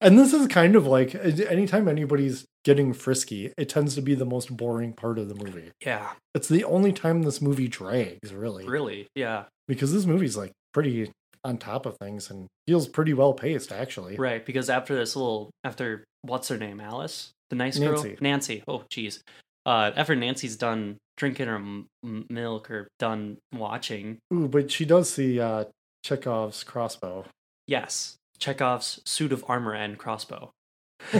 and this is kind of like anytime anybody's getting frisky it tends to be the most boring part of the movie
Yeah,
it's the only time this movie drags really,
really. Yeah,
because this movie's like pretty on top of things and feels pretty well paced actually
right. Because after this little, after what's her name, Alice, the nice girl,
Nancy.
Nancy. Oh, jeez. Uh, after Nancy's done drinking her m- m- milk or done watching,
Ooh, but she does see uh chekhov's crossbow
yes, Chekhov's suit of armor and crossbow.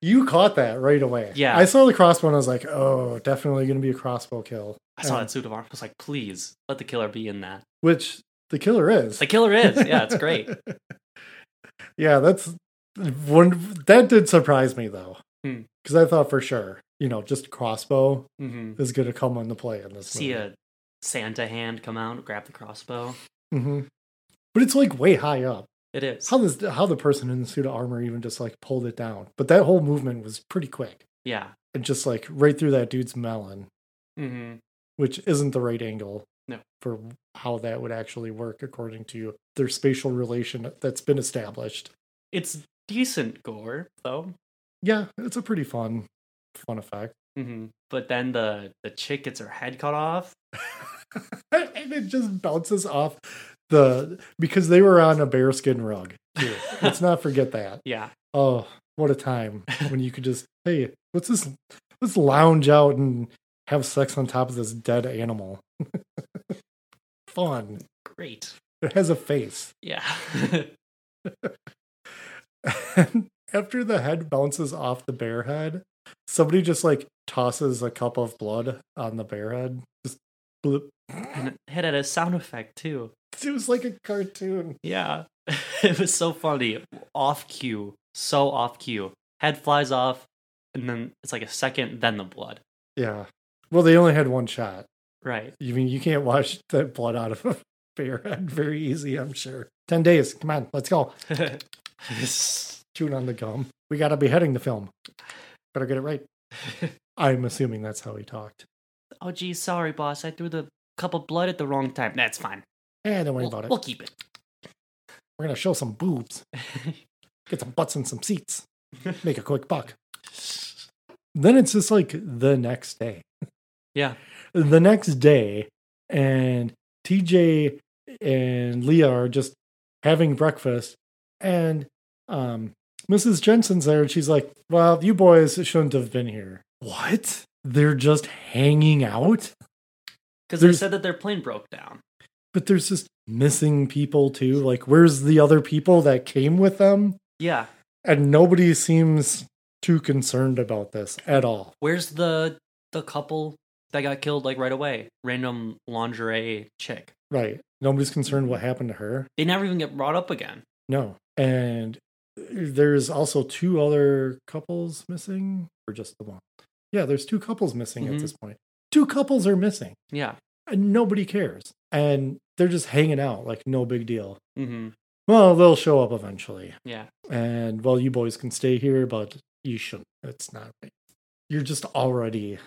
you caught that right away.
Yeah.
I saw the crossbow and I was like, oh, definitely going to be a crossbow kill.
I saw
Um,
that suit of armor. I was like, please let the killer be in that.
Which the killer is.
The killer is. Yeah, it's great.
yeah, that's one that did surprise me though.
Hmm.
Because I thought for sure, you know, just crossbow
hmm
is going to come into play in this
See
movie.
a Santa hand come out, grab the crossbow.
Mhm. But it's like way high up.
It is.
How this how the person in the suit of armor even just like pulled it down. But that whole movement was pretty quick.
Yeah.
And just like right through that dude's melon.
Mm-hmm.
which isn't the right angle
No.
for how that would actually work according to their spatial relation that's been established.
It's decent gore though.
Yeah, it's a pretty fun fun effect.
hmm But then the the chick gets her head cut off.
and it just bounces off the because they were on a bearskin rug. too. Let's not forget that.
Yeah.
Oh, what a time when you could just hey, let's just let's lounge out and have sex on top of this dead animal. fun.
Great.
It has a face.
Yeah.
And after the head bounces off the bear head, somebody just like tosses a cup of blood on the bear head. Just bloop.
and it had a sound effect too.
It was like a cartoon.
Yeah. it was so funny. Off cue. So off cue. Head flies off and then it's like a second, then the blood.
Yeah. Well, they only had one shot.
Right.
You mean you can't wash that blood out of a bear head very easy, I'm sure. 10 days. Come on, let's go. Chewing on the gum. We got to be heading the film. Better get it right. I'm assuming that's how he talked.
oh geez, sorry boss. I threw the cup of blood at the wrong time. That's fine.
Eh, don't worry
We'll,
about it.
we'll keep it.
We're going to show some boobs, get some butts and some seats, make a quick buck. then it's just like the next day.
Yeah.
The next day, and TJ and Leah are just having breakfast, and um, Mrs. Jensen's there, and she's like, Well, you boys shouldn't have been here. What? They're just hanging out?
Because they
There's-
said that their plane broke down.
But there's just missing people too. Like, where's the other people that came with them?
Yeah.
And nobody seems too concerned about this at all.
Where's the the couple that got killed like right away? Random lingerie chick.
Right. Nobody's concerned what happened to her.
They never even get brought up again.
No. And there's also two other couples missing, or just the one. Yeah, there's two couples missing
Mhm.
at this point. Two couples are missing,
Yeah.
and nobody cares. And they're just hanging out like no big deal.
Mm-hmm.
Well, they'll show up eventually.
Yeah.
And well, you boys can stay here, but you shouldn't. It's not right. You're just already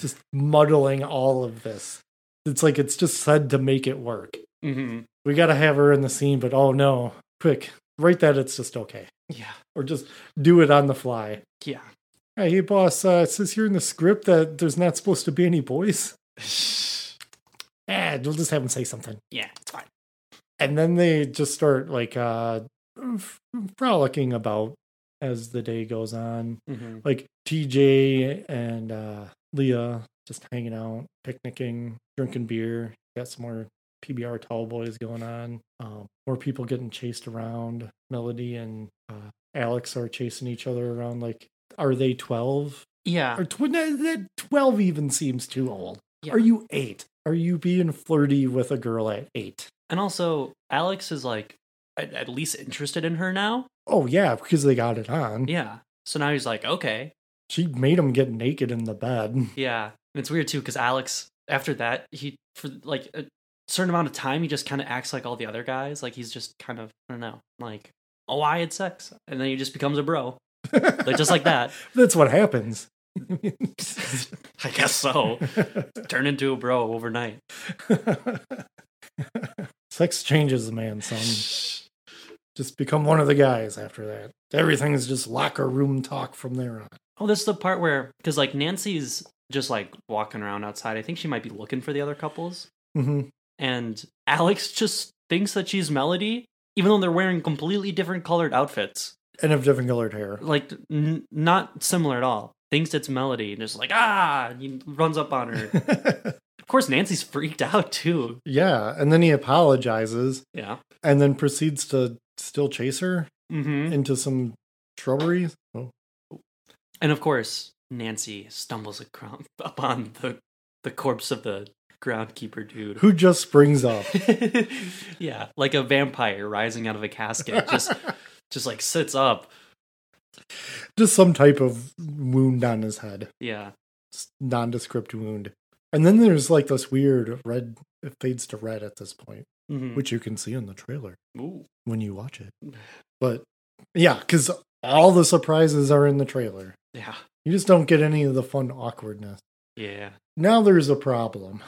just muddling all of this. It's like it's just said to make it work.
Mm-hmm.
we got to have her in the scene, but oh no, quick, write that it's just okay.
Yeah.
Or just do it on the fly.
Yeah.
Hey, hey, boss, uh, it says here in the script that there's not supposed to be any boys. Ah, we'll just have him say something.
Yeah. It's fine.
And then they just start like uh, f- frolicking about as the day goes on.
Mm-hmm.
Like TJ and uh, Leah just hanging out, picnicking, drinking beer. Got some more PBR tall boys going on. Um, more people getting chased around. Melody and uh, Alex are chasing each other around. Like, are they twelve
Yeah.
or tw- no, that twelve? Even seems too old.
Yeah.
Are you eight? are you being flirty with a girl at eight?
And also, Alex is like at, at least interested in her now.
Oh yeah, because they got it on.
Yeah. So now he's like, okay,
She made him get naked in the bed.
yeah. And it's weird too because Alex, after that, he for like a certain amount of time, he just kind of acts like all the other guys. Like he's just kind of I don't know, like oh, I had sex, and then he just becomes a bro, like just like that.
That's what happens.
I guess so. Turn into a bro overnight.
Sex changes a man, son. Just become one of the guys after that. Everything's just locker room talk from there on.
Oh, this is the part where because like Nancy's just like walking around outside. I think she might be looking for the other couples,
hmm
and Alex just thinks that she's Melody, even though they're wearing completely different colored outfits.
And have different colored hair.
like n- not similar at all. Thinks it's Melody and just like ah, and he runs up on her. of course, Nancy's freaked out too.
yeah, and then he apologizes
Yeah.
and then proceeds to still chase her
Mm-hmm.
into some shrubbery. Oh,
And of course, Nancy stumbles acro- upon the the corpse of the groundkeeper dude.
who just springs up?
yeah, like a vampire rising out of a casket, just just like sits up.
just some type of wound on his head,
Yeah.
s- nondescript wound. And then there's like this weird red, it fades to red at this point,
Mhm.
which you can see in the trailer
Ooh.
when you watch it. But yeah, because all the surprises are in the trailer.
Yeah.
You just don't get any of the fun awkwardness.
Yeah.
Now there's a problem.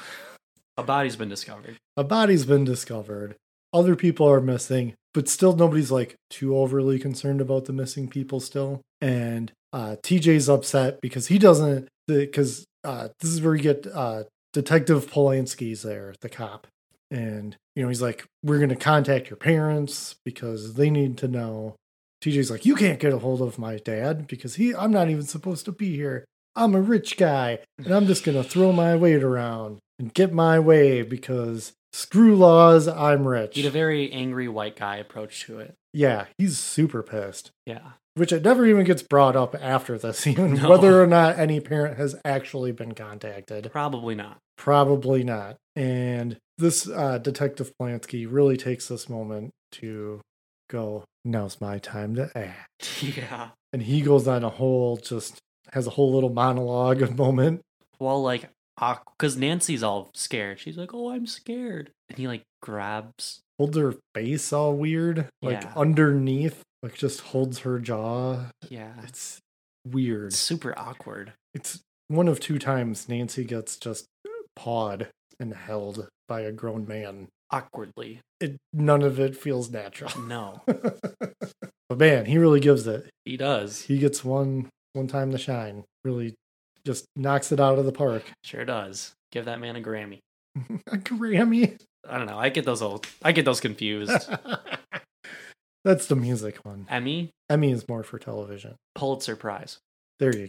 A body's been discovered.
A body's been discovered. Other people are missing, but still nobody's like too overly concerned about the missing people still. And uh, TJ's upset because he doesn't, because uh, this is where you get uh, Detective Polanski's there, the cop. And, you know, he's like, we're going to contact your parents because they need to know. TJ's like, you can't get a hold of my dad because he, I'm not even supposed to be here. I'm a rich guy and I'm just going to throw my weight around and get my way because screw laws, I'm rich.
He had a very angry white guy approach to it.
yeah, he's super pissed,
Yeah.
which it never even gets brought up after this, even
No.
whether or not any parent has actually been contacted.
Probably not.
Probably not. And this uh, Detective Plansky really takes this moment to go, now's my time to act.
yeah.
and he goes on a whole just has a whole little monologue moment
while like because Nancy's all scared. She's like, "Oh, I'm scared," and he like grabs.
holds her face all weird like
Yeah.
underneath like just holds her jaw
Yeah, it's
it's weird
super awkward.
it's one of two times nancy gets just pawed and held by a grown man
Awkwardly,
it none of it feels natural
no,
but man he really gives it
he does.
he gets one one time to shine really just knocks it out of the park
Sure does. Give that man a Grammy.
a grammy
I don't know. I get those old. I get those confused.
that's the music one
Emmy
Emmy is more for television.
Pulitzer Prize.
There you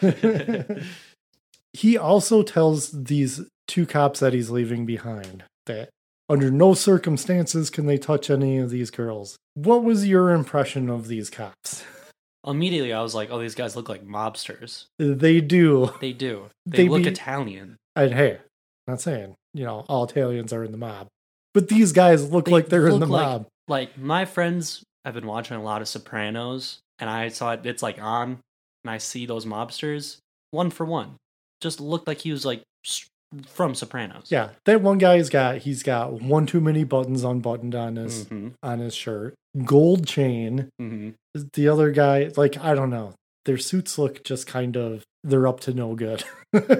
go. he also tells these two cops that he's leaving behind that under no circumstances can they touch any of these girls. What was your impression of these cops?
Immediately, I was like, "Oh, these guys look like mobsters.
They do.
They do. They,
They
look
be-
Italian.
And hey, I'm not saying, you know, all Italians are in the mob. But these guys look
They
like they're in
look
the
like-
mob.
like my friends have been watching a lot of Sopranos, and I saw it. It's like on, and I see those mobsters one for one. Just looked like he was like s- from Sopranos.
Yeah, that one guy's got he's got one too many buttons unbuttoned on his
hmm
on his shirt. Gold chain.
hmm
the other guy like i don't know their suits look just kind of they're up to no good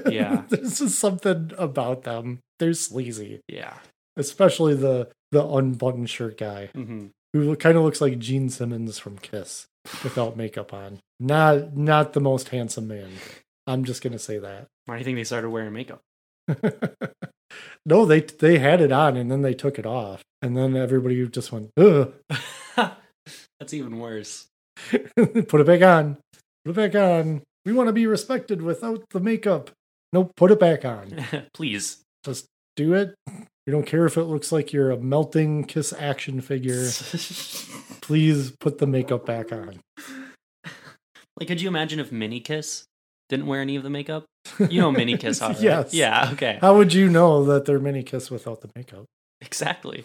Yeah.
there's just something about them they're sleazy
Yeah.
especially the the unbuttoned shirt guy
hmm
who kind of looks like gene simmons from kiss without makeup on not not the most handsome man i'm just gonna say that
Why do you think they started wearing makeup?
no they they had it on and then they took it off and then everybody just went Ugh.
That's even worse.
put it back on. Put it back on. We want to be respected without the makeup. No, put it back on.
Please.
Just do it. We don't care if it looks like you're a melting kiss action figure. Please put the makeup back on.
like, could you imagine if Mini Kiss didn't wear any of the makeup. You know Mini Kiss Hot, right?
Yes.
Yeah, okay.
How would you know that they're mini kiss without the makeup?
Exactly.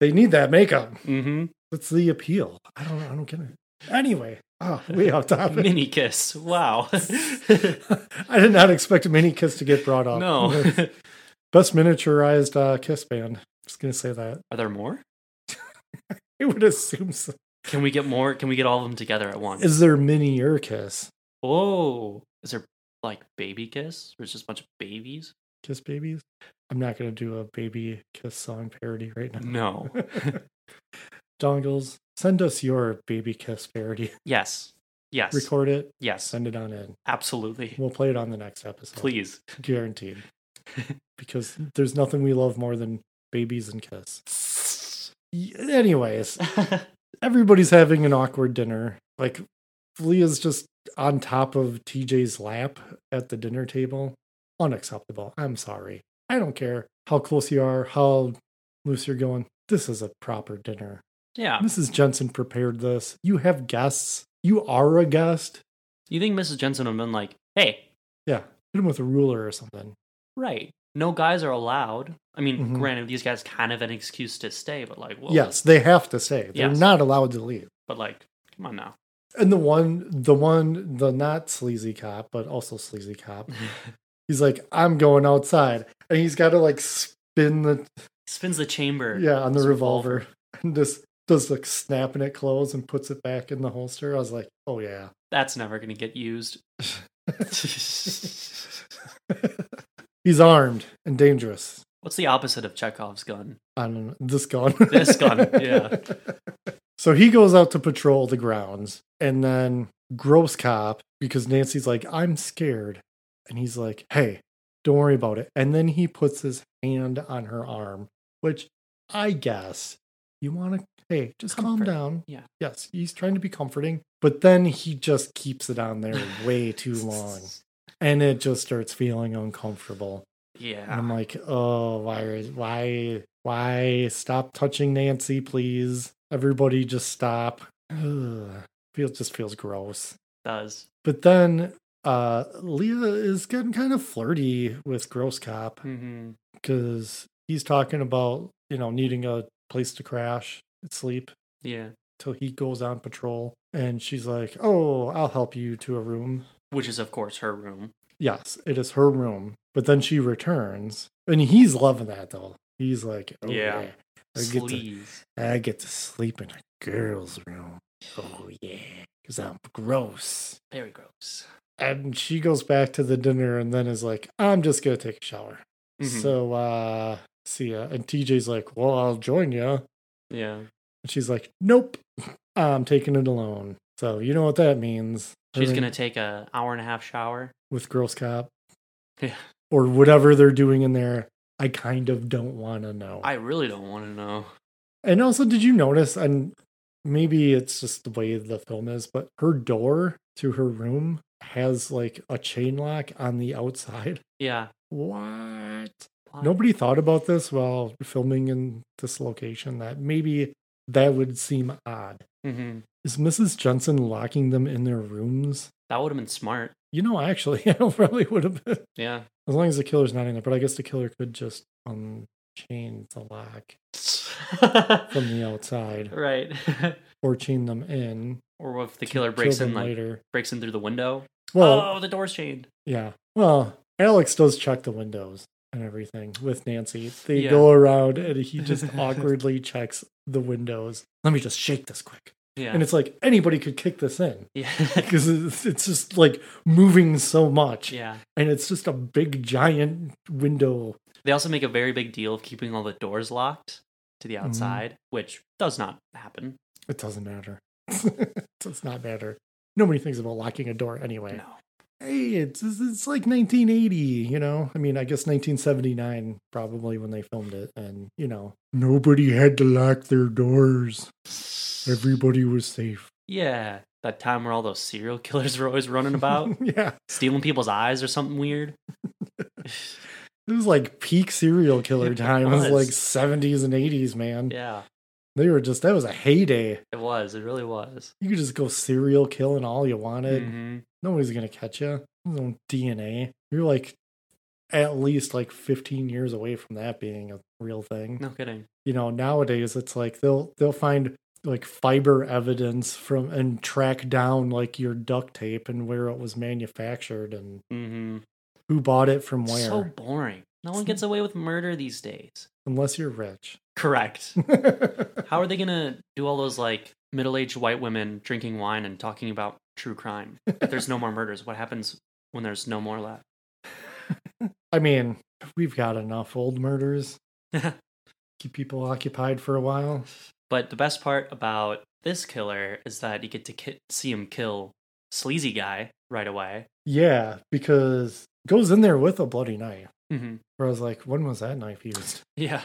They need that makeup.
hmm
What's the appeal? I don't. I don't get it. Anyway, oh, way off topic.
Mini Kiss. Wow.
I did not expect mini kiss to get brought up.
no.
Best miniaturized uh, kiss band. Just gonna say that.
Are there more?
I would assume. So.
Can we get more? Can we get all of them together at once?
Is there mini kiss?
Whoa. Is there like baby kiss? Or is it just a bunch of babies?
Kiss babies. I'm not gonna do a baby kiss song parody right now.
No.
Dongles, send us your baby kiss parody.
yes. Yes.
Record it.
Yes.
Send it on in.
Absolutely.
We'll play it on the next episode.
Please.
Guaranteed. because there's nothing we love more than babies and kiss. Y- Anyways, everybody's having an awkward dinner. Like Leah's just on top of TJ's lap at the dinner table. Unacceptable. I'm sorry. I don't care how close you are, how loose you're going. This is a proper dinner.
yeah.
Mrs. Jensen prepared this. You have guests. You are a guest.
You think Mrs. Jensen would have been like, hey,
Yeah. Hit him with a ruler or something.
right. No guys are allowed. I mean,
Mhm.
granted, these guys kind of an excuse to stay, but like, whoa.
Yes, they have to stay. They're
Yes.
not allowed to leave.
But like, come on now.
And the one, the one, the not sleazy cop, but also sleazy cop, he's like, I'm going outside. And he's got to like spin the,
Spins the chamber.
yeah, on the
His
revolver and just does like snapping it closed and puts it back in the holster. I was like, oh yeah.
That's never going to get used.
He's armed and dangerous
What's the opposite of Chekhov's gun?
on this gun.
This gun, yeah.
So he goes out to patrol the grounds and then gross cop because Nancy's like, I'm scared. And he's like, hey, don't worry about it. And then he puts his hand on her arm, which I guess you want to, hey, just calm
Comfort.
down.
Yeah.
Yes, he's trying to be comforting, but then he just keeps it on there way too long and it just starts feeling uncomfortable. And
Yeah.
I'm like, oh, why, are- why, why? Stop touching Nancy, please. Everybody, just stop. Ugh. Feels just feels gross.
Does.
But then uh Leah is getting kind of flirty with Gross Cop
hmm
because he's talking about you know needing a place to crash, and sleep
Yeah.
till he goes on patrol. And she's like, oh, I'll help you to a room.
Which is, of course, her room.
Yes, it is her room. But then she returns, and he's loving that though. He's like, oh,
Yeah.
yeah. I get to
Sleaze.
I get to sleep in a girl's room. Oh yeah, because I'm gross.
Very gross.
And she goes back to the dinner and then is like, I'm just gonna take a shower.
Mhm.
So uh see ya. And TJ's like, Well, I'll join ya. And
yeah.
she's like, Nope, I'm taking it alone. So you know what that means. Her
She's
and-
going to take a hour and a half shower.
with Girls Cop.
Yeah.
Or whatever they're doing in there. I kind of don't wanna know.
I really don't want to know.
And also, did you notice? And maybe it's just the way the film is, but her door to her room has like a chain lock on the outside.
Yeah.
What?
Why?
Nobody thought about this while filming in this location that maybe that would seem odd.
Mhm.
Is Mrs. Jensen locking them in their rooms?
That would have been smart.
You know, actually, I probably would have been.
Yeah.
As long as the killer's not in there, but I guess the killer could just unchain the lock from the outside
right.
or chain them in.
or if the
to
killer
kill
breaks
them
in, like,
later.
breaks in through the window.
Well,
oh, the door's chained.
yeah. Well, Alex does check the windows and everything with Nancy. They
Yeah.
go around and he just awkwardly checks the windows. Let me just shake this quick.
Yeah.
And it's like anybody could kick this in
yeah.
because it's, it's just like moving so much.
yeah.
And it's just a big giant window.
They also make a very big deal of keeping all the doors locked
Mm-hmm.
to the outside, which does not happen.
It doesn't matter. it does not matter. Nobody thinks about locking a door anyway.
No.
hey, it's it's like 1980, you know. I mean, I guess 1979 probably when they filmed it, and you know, nobody had to lock their doors. Everybody was safe.
Yeah. That time where all those serial killers were always running about,
yeah,
stealing people's eyes or something weird.
it was like peak serial killer
It
time. It was.
was.
like 70s and 80s, man.
Yeah,
They were just that was a heyday.
it was. It really was.
You could just go serial killing all you wanted.
Mhm.
Nobody's gonna catch you. His own DNA. You're like at least like 15 years away from that being a real thing.
No kidding.
You know, nowadays it's like they'll they'll find like fiber evidence from and track down like your duct tape and where it was manufactured and
Mm-hmm.
who bought it from where.
So boring. No one gets away with murder these days.
Unless you're rich.
Correct. How are they gonna do all those like middle-aged white women drinking wine and talking about true crime? If there's no more murders, what happens when there's no more left?
I mean, we've got enough old murders. Keep people occupied for a while.
But the best part about this killer is that you get to ki- see him kill sleazy guy right away.
Yeah, because goes in there with a bloody knife.
Mm-hmm.
Where I was like, when was that knife used?
Yeah.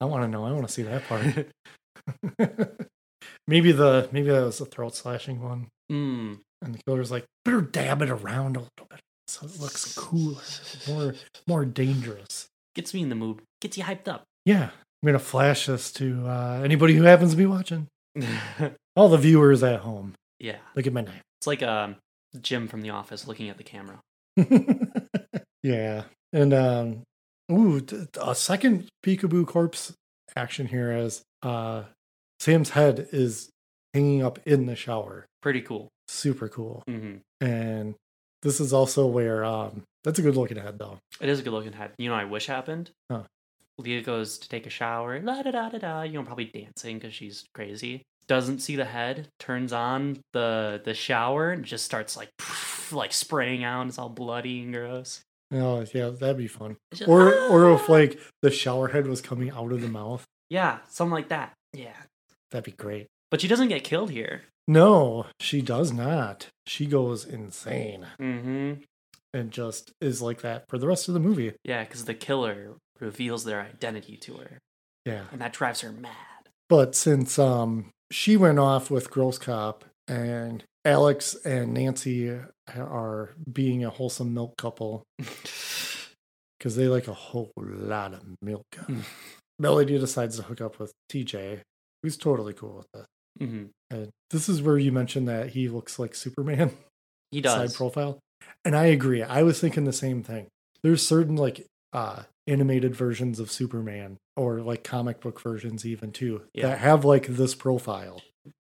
I want to know. I want to see that part. maybe the maybe that was the throat slashing one,
Mm.
and the killer's like, better dab it around a little bit so it looks cooler, more more dangerous.
Gets me in the mood. Gets you hyped up.
Yeah, I'm gonna flash this to uh, anybody who happens to be watching. All the viewers at home,
yeah.
look at my knife.
It's like um, Jim from The Office looking at the camera.
yeah. And um ooh, t- t- a second peekaboo corpse action here as uh Sam's head is hanging up in the shower.
Pretty cool.
Super cool.
Mm-hmm.
And this is also where um that's a good looking head though.
It is a good looking head. You know, what I wish happened.
Huh.
Leah goes to take a shower. La da da da da. You know, probably dancing because she's crazy. Doesn't see the head. Turns on the the shower and just starts like like spraying out. It's all bloody and gross.
Oh yeah, that'd be fun.
It's just,
Or or if
"Ah!"
like the shower head was coming out of the mouth,
yeah, something like that. Yeah,
that'd be great.
but she doesn't get killed here.
No, she does not. She goes insane
Mm-hmm.
and just is like that for the rest of the movie.
Yeah, because the killer reveals their identity to her,
Yeah.
and that drives her mad.
But since um she went off with Gross Cop and Alex and Nancy are being a wholesome milk couple because they like a whole lot of milk. um,
Mm.
Melody decides to hook up with TJ, who's totally cool with this.
hmm
And this is where you mentioned that he looks like Superman
He
side
does.
profile. And I agree. I was thinking the same thing. There's certain like uh animated versions of Superman or like comic book versions even too
Yeah.
that have like this profile.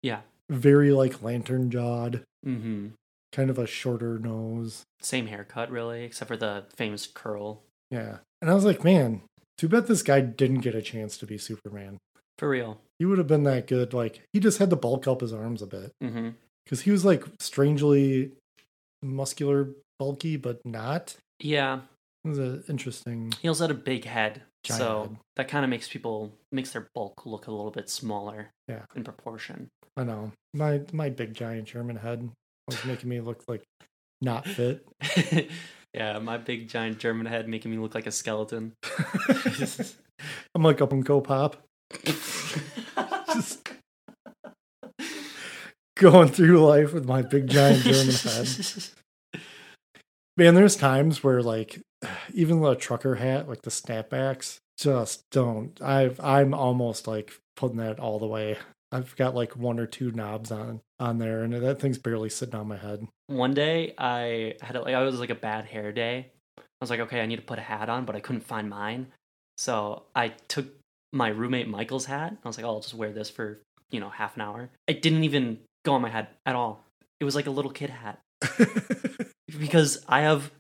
Yeah.
Very like lantern jawed,
mm-hmm.
kind of a shorter nose.
Same haircut, really, except for the famous curl.
Yeah. And I was like, man, too bad this guy didn't get a chance to be Superman.
For real.
He would have been that good. Like he just had to bulk up his arms a bit.
Mm-hmm.
Because he was like strangely muscular bulky, but not.
Yeah.
It was an interesting
He also had a big head.
Giant
so
head.
that kind of makes people, makes their bulk look a little bit smaller
Yeah.
in proportion.
I know my my big giant German head was making me look like not fit.
yeah, my big giant German head making me look like a skeleton.
I'm like up on Go Pop, just going through life with my big giant German head. Man, there's times where like even the trucker hat, like the snapbacks, just don't. I've I'm almost like putting that all the way. I've got like one or two knobs on on there, and that thing's barely sitting on my head.
One day I had a, like I was like a bad hair day. I was like, okay, I need to put a hat on, but I couldn't find mine. So I took my roommate Michael's hat. I was like, oh, I'll just wear this for you know half an hour. It didn't even go on my head at all. It was like a little kid hat because I have,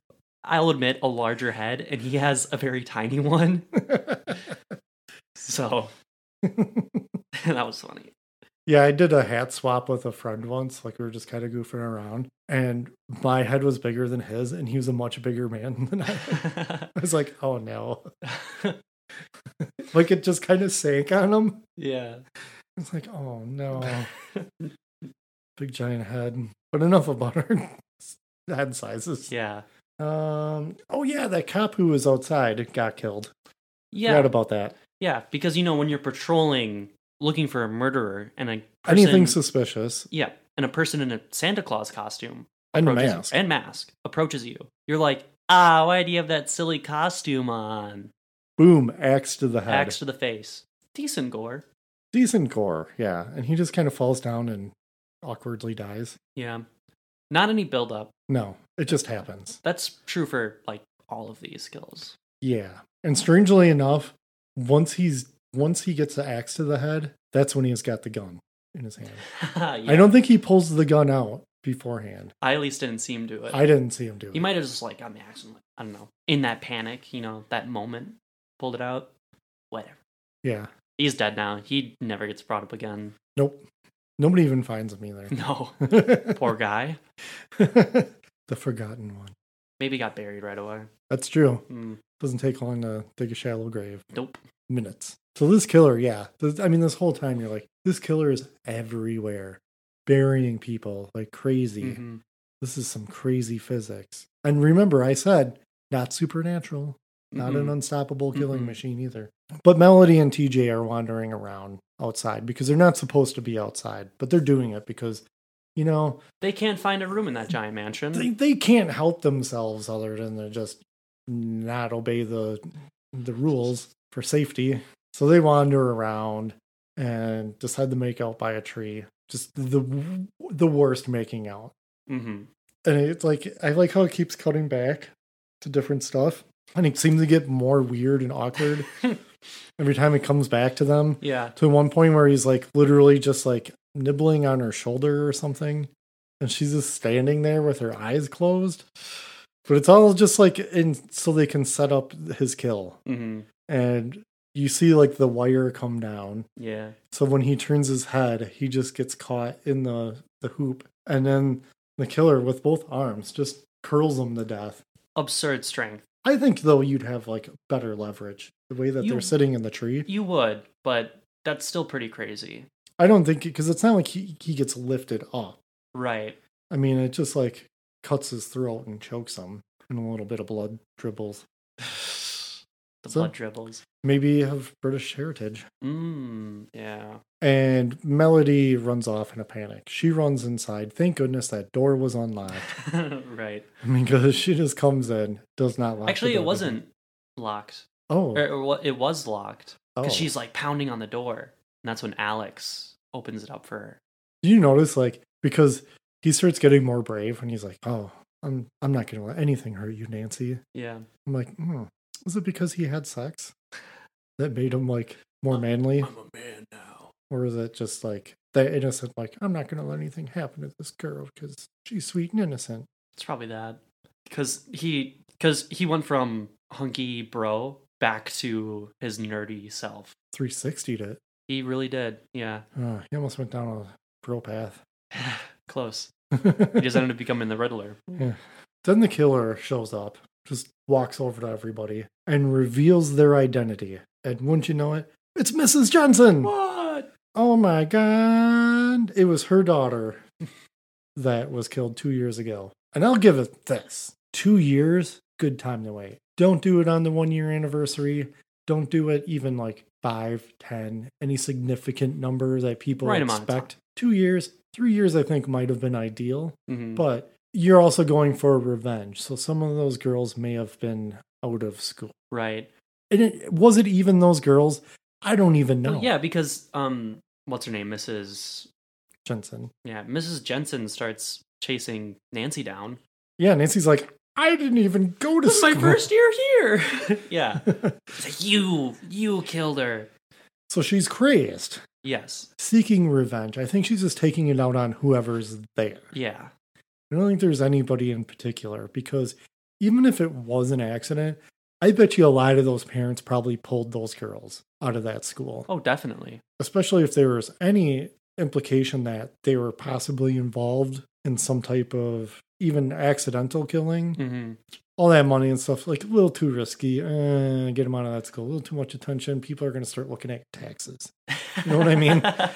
I'll admit, a larger head, and he has a very tiny one. So that was funny.
Yeah, I did a hat swap with a friend once. Like we were just kind of goofing around, and my head was bigger than his, and he was a much bigger man than I. I was like, oh no! Like it just kind of sank on him.
yeah.
It's like, oh no, big giant head. But enough about our head sizes.
Yeah.
Um. Oh yeah, that cop who was outside got killed.
Yeah.
Forgot about that.
Yeah, because you know when you're patrolling looking for a murderer and a person,
Anything suspicious?
yeah, and a person in a Santa Claus costume
And a
approaches-
mask.
and mask approaches you, you're like, ah, why do you have that silly costume on?
Boom! Axe to the head.
Axe to the face. Decent gore.
decent gore, yeah. And he just kind of falls down and awkwardly dies.
Yeah, not any buildup.
No, it just happens.
That's true for like all of these skills.
Yeah. And strangely enough, once he's once he gets the axe to the head, that's when he's got the gun in his hand. I don't think he pulls the gun out beforehand.
I at least didn't see him do it.
I didn't see him do
He
it.
might have just like gotten the axe and like, I don't know. In that panic, you know, that moment, pulled it out. Whatever.
Yeah.
He's dead now. He never gets brought up again.
Nope. Nobody even finds him either.
No. Poor guy.
the forgotten one.
Maybe got buried right away.
That's true.
Mm,
Doesn't take long to dig a shallow grave.
nope.
Minutes. So this killer, yeah. This, I mean, this whole time you're like, this killer is everywhere, burying people like crazy.
Mhm.
This is some crazy physics. And remember, I said not supernatural, not an
Mm-mm.
unstoppable killing
Mm-mm.
machine either. But Melody and TJ are wandering around outside because they're not supposed to be outside, but they're doing it because, you know,
They can't find a room in that giant mansion.
they, they can't help themselves other than to just not obey the the rules for safety. So they wander around and decide to make out by a tree. Just the the worst making out.
hmm
And it's like I like how it keeps cutting back to different stuff. And it seems to get more weird and awkward every time it comes back to them.
Yeah.
To one point where he's like literally just like nibbling on her shoulder or something. And she's just standing there with her eyes closed. But it's all just like in so they can set up his kill.
hmm
And you see like the wire come down.
Yeah.
So when he turns his head, he just gets caught in the, the hoop. And then the killer with both arms just curls him to death.
Absurd strength.
I think though you'd have like better leverage the way that
You-
they're sitting in the tree.
You would, but that's still pretty crazy.
I don't think because it's not like he, he gets lifted up.
Right.
I mean, it just like cuts his throat and chokes him, and a little bit of blood dribbles.
The
So-
blood dribbles.
Maybe of British heritage.
Mm, yeah.
And Melody runs off in a panic. She runs inside. Thank goodness that door was unlocked
right.
because she just comes in, does not lock. the
Actually,
door behind-
it wasn't Er, locked.
Oh,
Or, or what- it was locked
oh.
because she's like pounding on the door, and that's when Alex opens it up for her.
Did you notice like because he starts getting more brave and he's like, "Oh, I'm I'm not gonna let anything hurt you, Nancy."
Yeah.
I'm like, hmm, was it because he had sex that made him like more manly,
a man now.
or is it just like that innocent? Like, I'm not gonna let anything happen to this girl because she's sweet and innocent.
It's probably that because he because he went from hunky bro back to his nerdy self.
360 to it.
He really did. Yeah.
Uh, he almost went down a bro path.
Close. He just ended up becoming the Riddler.
Yeah. Then the killer shows up, just walks over to everybody and reveals their identity. And wouldn't you know it, it's Mrs. Johnson.
What?
Oh my god. It was her daughter that was killed two years ago. And I'll give it this. Two years, good time to wait. Don't do it on the one year anniversary. Don't do it even like five, ten, any significant number that people
Right amount of time.
expect. Two years, three years I think might have been ideal.
Mhm.
But you're also going for revenge. So some of those girls may have been out of school.
Right.
And it, was it even those girls? I don't even know.
Well, Oh, yeah, because um, what's her name, Mrs.
Jensen.
Yeah, Mrs. Jensen starts chasing Nancy down.
Yeah, Nancy's like, I didn't even go to
This is
school.
my first year here. yeah, It's like, you you killed her.
so she's crazed,
Yes.
seeking revenge. I think she's just taking it out on whoever's there.
Yeah.
I don't think there's anybody in particular because even if it was an accident, I bet you a lot of those parents probably pulled those girls out of that school,
Oh, definitely.
especially if there was any implication that they were possibly involved in some type of even accidental killing.
hmm
all that money and stuff like a little too risky uh, get them out of that school a little too much attention people are going to start looking at taxes know what I mean? Like,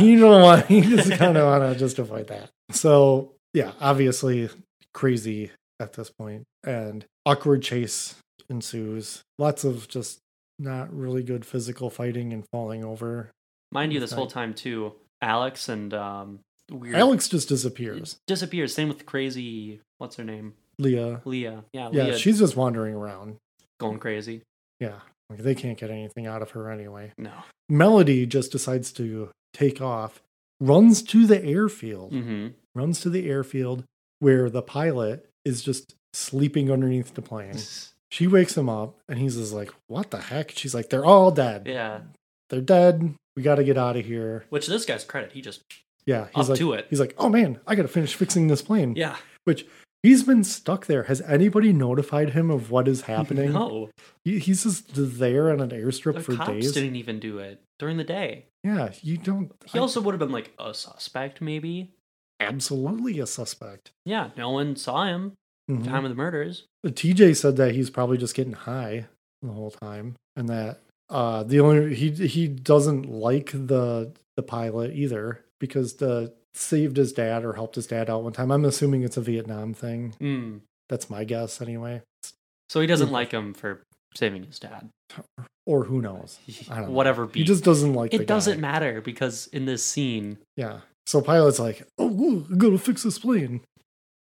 you don't want you just kind of want to just avoid that so yeah obviously crazy at this point and awkward chase ensues lots of just not really good physical fighting and falling over
Mind you, this
It's
whole
like-
time too, Alex and um, weird
alex just disappears
disappears. Same with crazy. What's her name?
leah
Leah. Yeah.
yeah
Leah
she's just wandering around
going crazy.
yeah like they can't get anything out of her anyway
No.
Melody just decides to take off, runs to the airfield,
hmm
runs to the airfield, where the pilot is just sleeping underneath the plane.
Hmm.
She wakes him up and he's just like, What the heck? She's like, They're all dead.
yeah.
They're dead. We got to get out of here.
Which this guy's credit, he just
Yeah. He's
Up
like,
to it.
He's like, Oh man, I got to finish fixing this plane.
yeah.
Which he's been stuck there. Has anybody notified him of what is happening?
No,
He- he's just there on an airstrip
the
for
cops
days.
didn't even do it during the day.
Yeah. You don't.
He also would have been like a suspect, maybe.
absolutely a suspect.
Yeah, no one saw him at the
Mhm.
time of the murders.
TJ said that he's probably just getting high the whole time, and that uh, the only he he doesn't like the the pilot either because the saved his dad or helped his dad out one time. I'm assuming it's a Vietnam thing.
Mm.
That's my guess anyway.
So he doesn't
Mm.
like him for saving his dad.
Or who knows? I don't know.
Whatever.
He
beat.
just doesn't like. the
It
guy.
doesn't matter because in this scene,
Yeah. So pilot's like, oh, woo, I gotta fix this plane.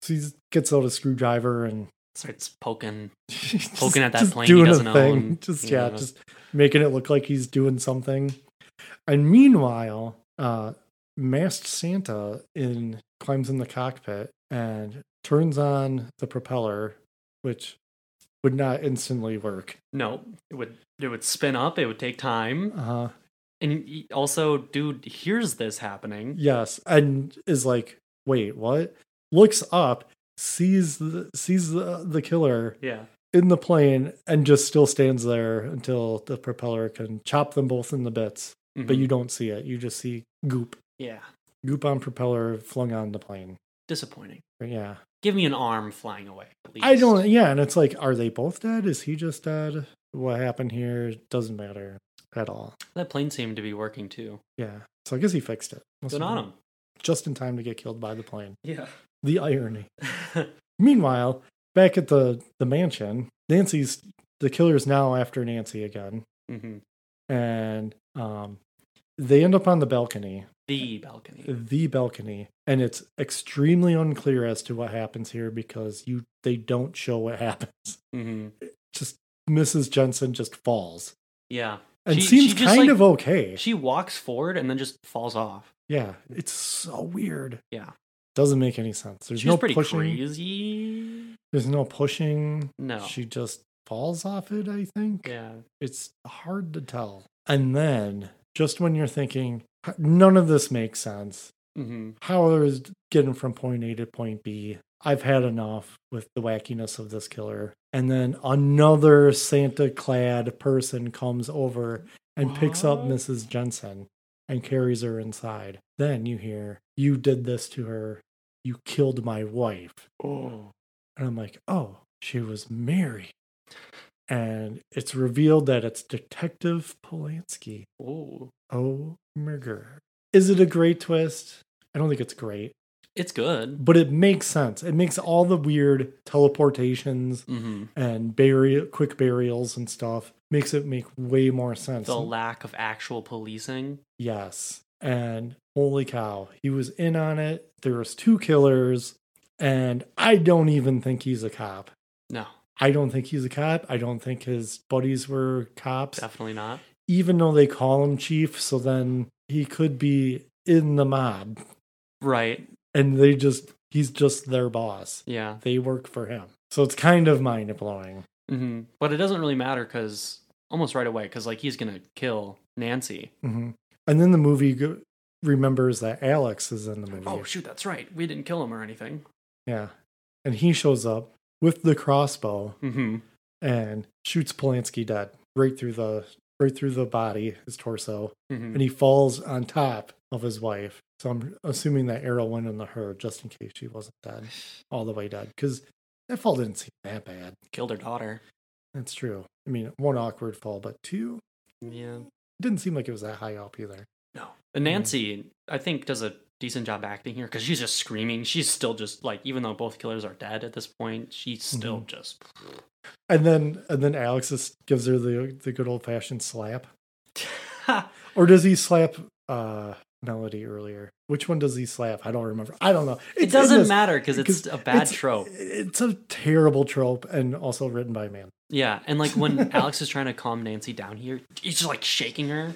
So he gets out a screwdriver and
starts poking.
Just-
Poking at that
just
plane he
doing a
doesn't
thing.
own.
Just yeah,
Yeah.
just making it look like he's doing something. And meanwhile, uh, masked Santa in climbs in the cockpit and turns on the propeller, which would not instantly work.
No, it would it would spin up. It would take time.
Uh,
And he- also, dude hears this happening.
yes, and is like, wait, what? Looks up, sees the, sees the, the killer
Yeah.
in the plane, and just still stands there until the propeller can chop them both into bits. but
Mhm.
you don't see it. You just see goop,
yeah,
goop on propeller flung on the plane.
disappointing.
But yeah,
Give me an arm flying away. At least.
I don't. e Yeah, and it's like, are they both dead? Is he just dead? What happened here doesn't matter at all.
That plane seemed to be working too.
Yeah, so I guess he fixed it. Must
Good
have
on
been
him.
Just in time to get killed by the plane.
Yeah.
The irony. Meanwhile, back at the the mansion, Nancy's the killer's now after Nancy again,
hmm
and um, they end up on the balcony.
The balcony.
the balcony and it's extremely unclear as to what happens here because you they don't show what happens
hmm
just mrs jensen just falls
Yeah.
and
She-
seems
she just,
kind
like-
of okay
She walks forward and then just falls off.
yeah it's so weird
Yeah.
doesn't make any sense there's
She
no
was pretty
pushing
crazy.
there's no pushing
No.
she just falls off it i think
yeah.
it's hard to tell and then just when you're thinking none of this makes sense
hmm
how is getting from point A to point B. I've had enough with the wackiness of this killer. And then another Santa clad person comes over and picks up
What?
Mrs. Jensen and carries her inside. Then you hear, You did this to her. You killed my wife.
Oh.
And I'm like, Oh, she was Mary. And it's revealed that it's Detective Polanski.
Oh.
Oh, murder. Is it a great twist? I don't think it's great
It's good.
but it makes sense. It makes all the weird teleportations
hmm
and burial, quick burials and stuff makes it make way more sense.
The lack of actual policing.
yes, and holy cow, he was in on it. There was two killers, and I don't even think he's a cop.
No,
I don't think he's a cop. I don't think his buddies were cops,
definitely not.
even though they call him chief. So then he could be in the mob,
Right.
and they just he's just their boss.
Yeah.
they work for him. So it's kind of mind blowing.
hmm But it doesn't really matter because almost right away, because like he's gonna kill Nancy.
hmm And then the movie go- remembers that Alex is in the movie.
Oh shoot, that's right. We didn't kill him or anything.
Yeah. And he shows up with the crossbow
Mm-hmm.
and shoots Polanski dead right through the right through the body, his torso,
hmm
and he falls on top of his wife. So I'm assuming that arrow went into her just in case she wasn't dead, all the way dead, because that fall didn't seem that bad.
Killed her daughter.
That's true. I mean, one awkward fall, but two
Yeah.
didn't seem like it was that high up either.
No. And Nancy, I think, does a decent job acting here because she's just screaming. She's still just like, even though both killers are dead at this point, she's still just.
And then and then Alex just gives her the the good old fashioned slap. Or does he slap uh Melody earlier? Which one does he slap? I don't remember. I don't know.
it
It's in
doesn't
this-
matter because it's
'cause
a bad
it's-
trope.
It's a terrible trope and also written by a man.
Yeah, and like when Alex is trying to calm Nancy down here, he's just like shaking her.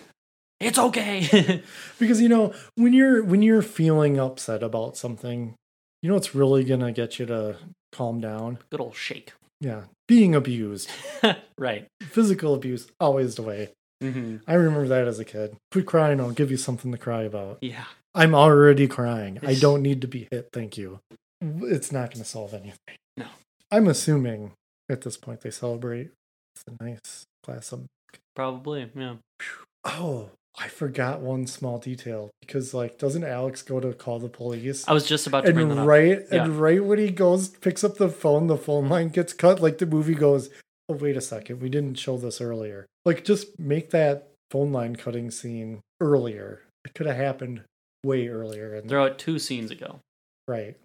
It's okay.
Because you know, when you're when you're feeling upset about something, You know what's really going to get you to calm down?
Good old shake.
Yeah, being abused.
right.
Physical abuse, always the way.
hmm
I remember that as a kid. Quit crying, I'll give you something to cry about.
Yeah.
I'm already crying. I don't need to be hit. Thank you. It's not going to solve anything.
No.
I'm assuming at this point they celebrate. It's a nice glass of.
Probably. Yeah.
Oh, I forgot one small detail because, like, doesn't Alex go to call the police?
I was just about to bring that
And
up.
right,
Yeah.
and right when he goes, picks up the phone, the phone line gets cut. Like the movie goes, oh wait a second, we didn't show this earlier. Like just make that phone line cutting scene earlier. It could have happened way earlier. And
Throw it two scenes ago.
Right.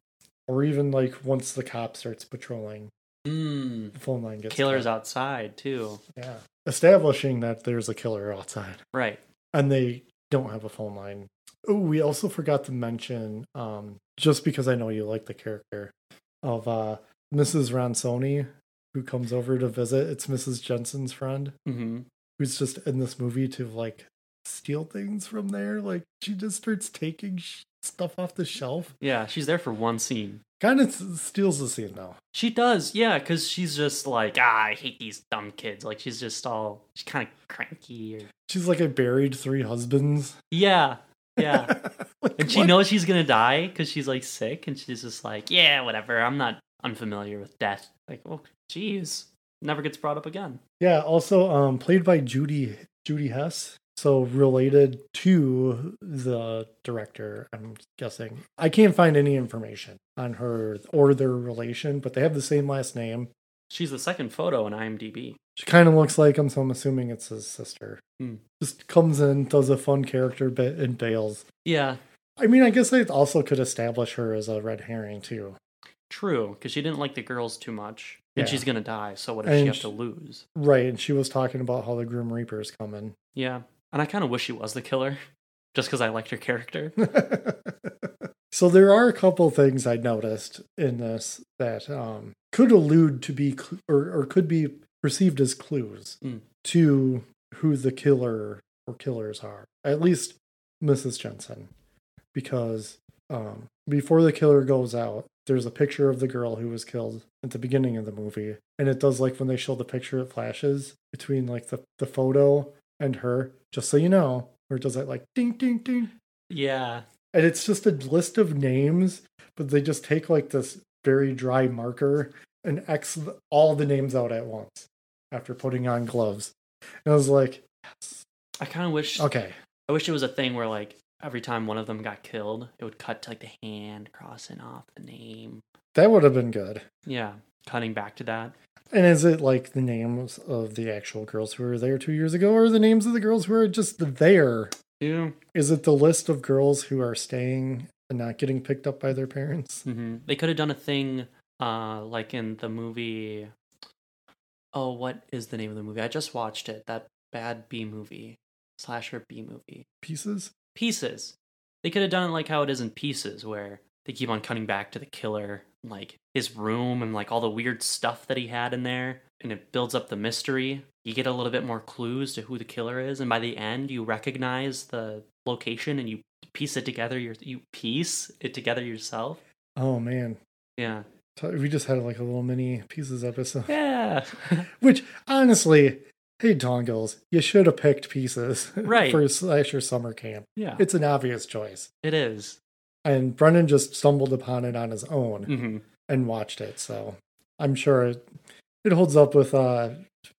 Or even like once the cop starts patrolling,
Mm.
the phone line gets
Killer's
cut.
outside too.
Yeah, establishing that there's a killer outside,
Right.
and they don't have a phone line. Oh, we also forgot to mention, um, just because I know you like the character of uh, Mrs. Ronsoni, who comes over to visit. It's Mrs. Jensen's friend,
hmm
who's just in this movie to like steal things from there. Like she just starts taking sh- stuff off the shelf.
Yeah. She's there for one scene.
Kind of s- steals the scene though.
She does, yeah, because she's just like, ah, I hate these dumb kids. Like, she's just all, she's kind of cranky. Or,
She's like, I buried three husbands.
yeah, yeah.
Like,
And she
what?
knows she's gonna die because she's like sick, and she's just like, yeah, whatever. I'm not unfamiliar with death. Like, oh, jeez, never gets brought up again.
Yeah. Also, um, played by Judy Judy Hess. So related to the director, I'm guessing. I can't find any information on her or their relation, but they have the same last name.
She's the second photo in IMDb.
She kind of looks like him, so I'm assuming it's his sister.
Hmm.
Just comes in, does a fun character bit, and bails.
Yeah,
I mean, I guess I also could establish her as a red herring too.
true, because she didn't like the girls too much, and
Yeah.
she's gonna die. So what does she
And
have
sh-
to lose?
Right, and she was talking about how the Grim Reaper's coming.
Yeah, and I kind of wish she was the killer, just because I liked her character.
so there are a couple things I noticed in this that um, could allude to be cl- or, or could be perceived as clues
Mm.
to who the killer or killers are. At least Mrs. Jensen, because um, before the killer goes out, there's a picture of the girl who was killed at the beginning of the movie, and it does like when they show the picture, it flashes between like the the photo and her. Just so you know, or it does that like ding ding ding
yeah,
and it's just a list of names, but they just take like this very dry marker and X th- all the names out at once after putting on gloves. And I was like,
I kind of wish.
okay,
I wish it was a thing where like every time one of them got killed, it would cut to like the hand crossing off the name.
that would have been good.
Yeah, cutting back to that.
And is it like the names of the actual girls who were there two years ago, or the names of the girls who are just there?
Yeah.
Is it the list of girls who are staying and not getting picked up by their parents?
hmm They could have done a thing uh like in the movie Oh, what is the name of the movie? I just watched it. That bad B movie. Slasher B movie.
Pieces?
Pieces. They could have done it like how it is in Pieces where they keep on cutting back to the killer, like his room and like all the weird stuff that he had in there, and it builds up the mystery. You get a little bit more clues to who the killer is, and by the end, you recognize the location and you piece it together. Your you piece it together yourself.
Oh man.
Yeah,
T- We just had like a little mini pieces episode.
yeah,
Which honestly, hey Dongles, you should have picked pieces
Right.
for slasher summer camp.
yeah.
It's an obvious choice.
It is.
And Brendan just stumbled upon it on his own
Mhm.
and watched it, so I'm sure it, it holds up with uh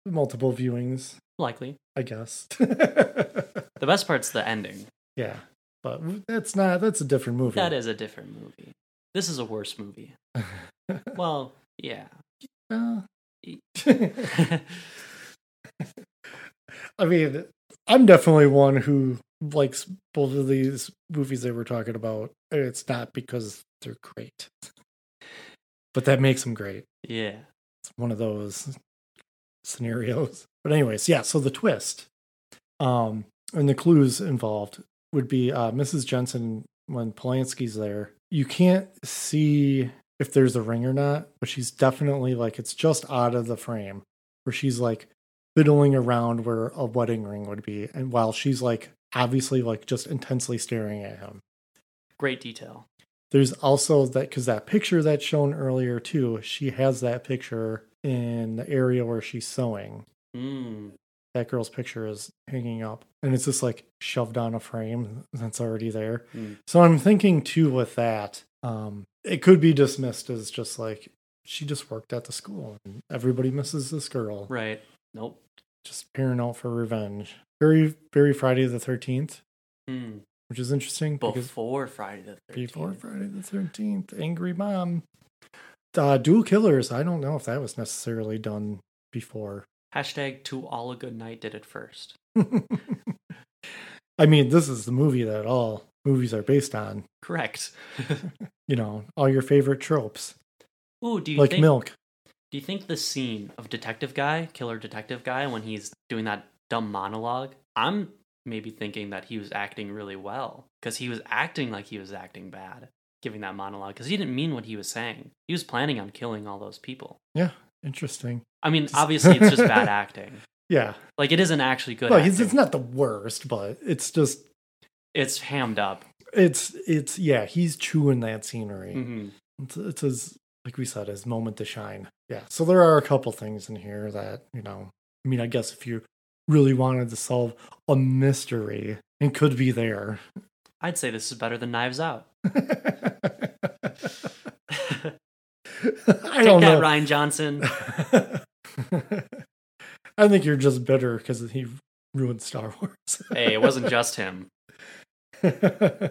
multiple viewings,
likely.
I guess.
The best part's the ending.
yeah. But that's not that's a different movie.
That is a different movie. This is a worse movie. well, yeah.
Uh,
E
I mean, I'm definitely one who likes both of these movies that we're talking about. and It's not because they're great, but that makes them great.
yeah.
It's one of those scenarios. But anyways, yeah. So the twist, um, and the clues involved would be uh, Mrs. Jensen when Polanski's there. You can't see if there's a ring or not, but she's definitely like it's just out of the frame where she's like fiddling around where a wedding ring would be, and while she's like obviously like just intensely staring at him.
Great detail.
There's also that because that picture that's shown earlier too, she has that picture in the area where she's sewing.
Mm.
That girl's picture is hanging up, and it's just like shoved on a frame that's already there.
Mm.
So I'm thinking too with that, um, it could be dismissed as just like she just worked at the school, and everybody misses this girl.
Right. Nope.
Just peering out for revenge. Very, very Friday the Thirteenth,
Mm.
which is interesting because
Before Friday the 13th.
before Friday the Thirteenth, Angry Mom, uh, Dual Killers. I don't know if that was necessarily done before.
Hashtag to all a good night did it first.
I mean, this is the movie that all movies are based on.
Correct.
You know, all your favorite tropes,
Ooh, do you
like
think,
milk.
Do you think the scene of detective guy, killer detective guy, when he's doing that dumb monologue, I'm maybe thinking that he was acting really well because he was acting like he was acting bad, giving that monologue because he didn't mean what he was saying. He was planning on killing all those people.
Interesting.
I mean, obviously, it's just bad acting.
Yeah.
Like it isn't actually good.
Well, he's,
acting.
it's not the worst, but it's just
It's hammed up.
it's it's yeah. He's chewing that scenery.
hmm
It's, it's his like we said, his moment to shine. Yeah. So there are a couple things in here that you know. I mean, I guess if you really wanted to solve a mystery, it could be there.
I'd say this is better than Knives Out.
I
Take
don't
that,
know.
Ryan Johnson.
I think you're just bitter because he ruined Star Wars.
hey, it wasn't just him.
yeah,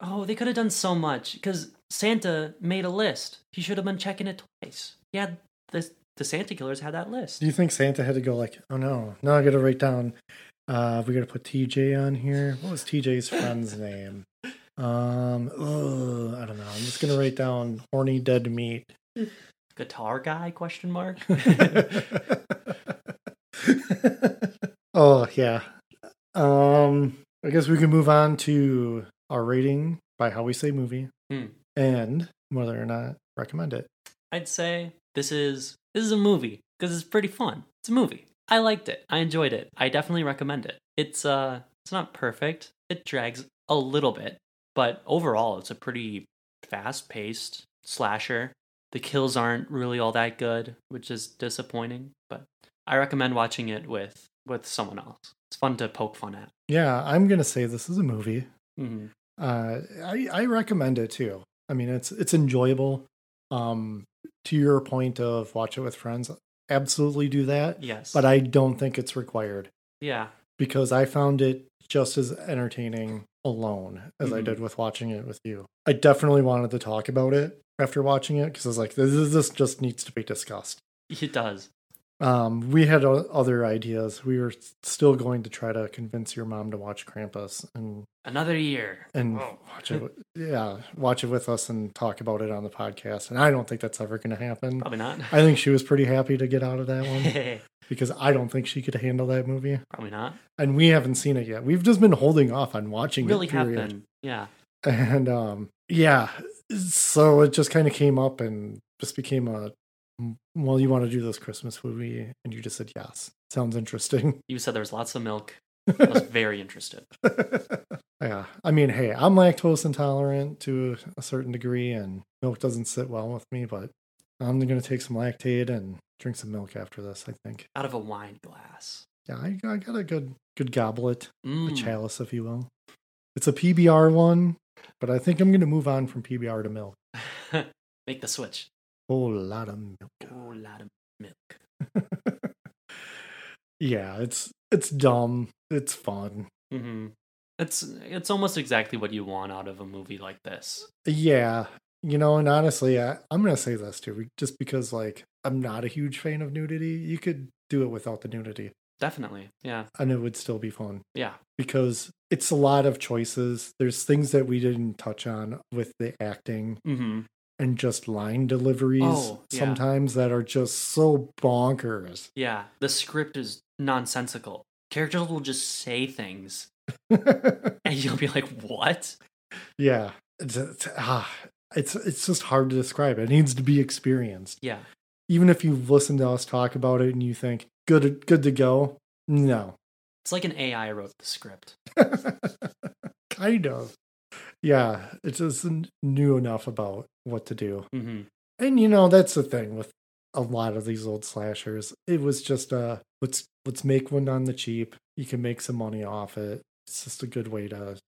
Oh, they could have done so much because Santa made a list. He should have been checking it twice. Yeah, the the Santa killers had that list.
Do you think Santa had to go like, oh no, now I gotta write down uh we gotta put TJ on here. What was TJ's friend's name? Um ugh, I don't know. I'm just gonna write down horny dead meat.
Guitar guy? Question mark.
oh yeah. Um I guess we can move on to our rating by how we say movie
Hmm.
and whether or not recommend it.
I'd say this is this is a movie because it's pretty fun. It's a movie. I liked it. I enjoyed it. I definitely recommend it. It's uh, it's not perfect. It drags a little bit, but overall, it's a pretty fast-paced slasher. The kills aren't really all that good, which is disappointing. But I recommend watching it with with someone else. It's fun to poke fun at.
Yeah, I'm gonna say this is a movie.
Mm-hmm.
uh i i recommend it too i mean it's it's enjoyable um to your point of watch it with friends absolutely do that
Yes,
but i don't think it's required
yeah,
because i found it just as entertaining alone as i
Mhm.
did with watching it with you i definitely wanted to talk about it after watching it because i was like this is this just needs to be discussed
it does.
um we had o- other ideas we were s- still going to try to convince your mom to watch krampus and
Another year.
and watch it. with- Yeah, watch it with us and talk about it on the podcast. And I don't think that's ever going to happen.
Probably not.
I um, think she was pretty happy to get out of that one
Probably
because I don't think she could handle that movie.
not.
And we haven't seen it yet. We've just been holding off on watching
Really
it. Period.
happened. Yeah.
And um, yeah, so it just kind of came up and just became a. Well, you want to do this Christmas movie, and you just said yes. Sounds interesting.
You said there was lots of milk. I was very interested.
yeah, I mean, hey, I'm lactose intolerant to a certain degree, and milk doesn't sit well with me. But I'm gonna take some lactate and drink some milk after this. I think.
Out of a wine glass.
Yeah, I, I got a good good goblet,
Mm.
a chalice, if you will. It's a PBR one, but I think I'm gonna move on from PBR to milk.
Make the switch.
Whole lot of milk.
Oh, lot of milk.
Yeah, it's it's dumb. It's fun.
Mm-hmm. It's it's almost exactly what you want out of a movie like this.
Yeah. You know, and honestly, I, I'm going to say this too, be- just because, like, I'm not a huge fan of nudity. You could do it without the nudity
Definitely. Yeah.
and it would still be fun
Yeah.
because it's a lot of choices. There's things that we didn't touch on with the acting
Mm-hmm.
and just line deliveries
Oh, yeah.
sometimes that are just so bonkers.
Yeah. The script is nonsensical. Characters will just say things, and you'll be like, "What?"
yeah. It's, it's, ah, it's, it's just hard to describe. It needs to be experienced.
Yeah.
even if you listen to us talk about it and you think good good to go no
It's like an AI wrote the script.
kind of yeah, it just n- knew enough about what to do.
hmm
And you know, that's the thing with a lot of these old slashers. It was just uh let's let's make one on the cheap. You can make some money off it. It's just a good way to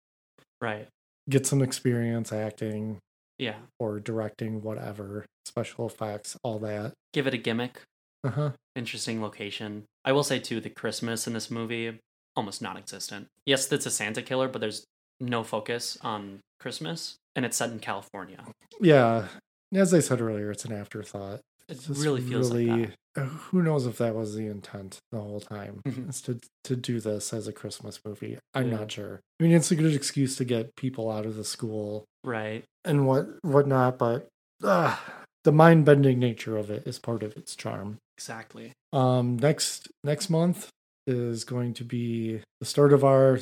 Right.
get some experience acting
Yeah.
or directing whatever, special effects, all that.
Give it a gimmick.
Uh-huh.
Interesting location. I will say too, the Christmas in this movie almost non-existent. Yes, it's a Santa killer, but there's no focus on Christmas, and it's set in California.
Yeah. As I said earlier, it's an afterthought.
It
It's just
really feels like that.
uh, Who knows if that was the intent the whole time
Mhm.
is to to do this as a Christmas movie? I'm
Yeah.
not sure. I mean, it's a good excuse to get people out of the school
Right.
and what whatnot, but uh, the mind bending nature of it is part of its charm.
Exactly.
Um, next next month is going to be the start of our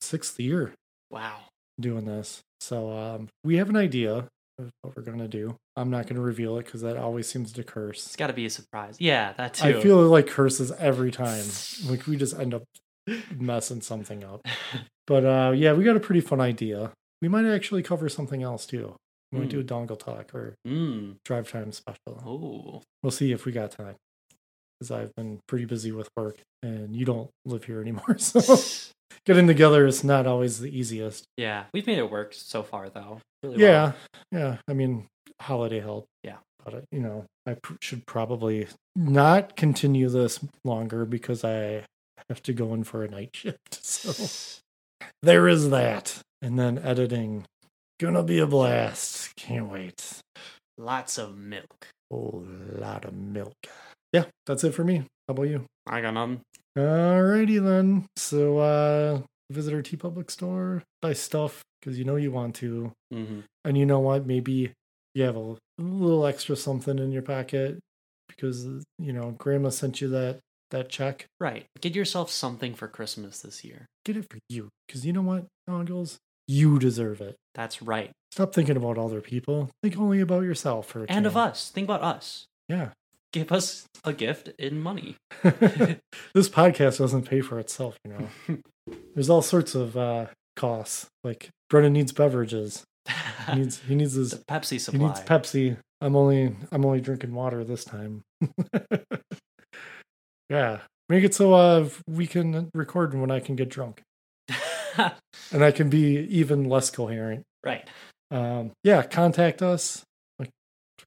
sixth year
Wow.
doing this. So um, we have an idea of what we're gonna do. I'm not gonna reveal it because that always seems to curse.
It's got to be a surprise. Yeah, that too.
I feel like curses every time. Like we just end up messing something up. But uh, yeah, we got a pretty fun idea. We might actually cover something else too. We might
Mm.
do a dongle talk or
Mm.
drive time special.
Oh.
We'll see if we got time. Because I've been pretty busy with work and you don't live here anymore. So getting together is not always the easiest.
yeah, we've made it work so far though. Really well.
Yeah. Yeah. I mean, holiday help.
Yeah.
But, uh, you know, I pr- should probably not continue this longer because I have to go in for a night shift. So there is that. And then editing. Gonna be a blast. Can't wait.
Lots of milk.
whole lot of milk. Yeah, that's it for me. How about you?
I got none.
Alrighty then. So uh visit our T Public store, buy stuff, because you know you want to.
hmm
And you know what? Maybe you have a little extra something in your pocket because uh, you know grandma sent you that that check.
Right. Get yourself something for Christmas this year.
Get it for you. Because you know what, dongles? You deserve it.
That's right.
Stop thinking about other people. Think only about yourself for a
And of
change.
us. Think about us.
Yeah.
Give us a gift in money.
this podcast doesn't pay for itself, you know. There's all sorts of uh, costs. Like Brennan needs beverages. He
the
needs he needs his
Pepsi
he
supply.
needs Pepsi. I'm only I'm only drinking water this time. yeah, make it so uh, we can record when I can get drunk and I can be even less coherent.
right.
Um, yeah, contact us. Like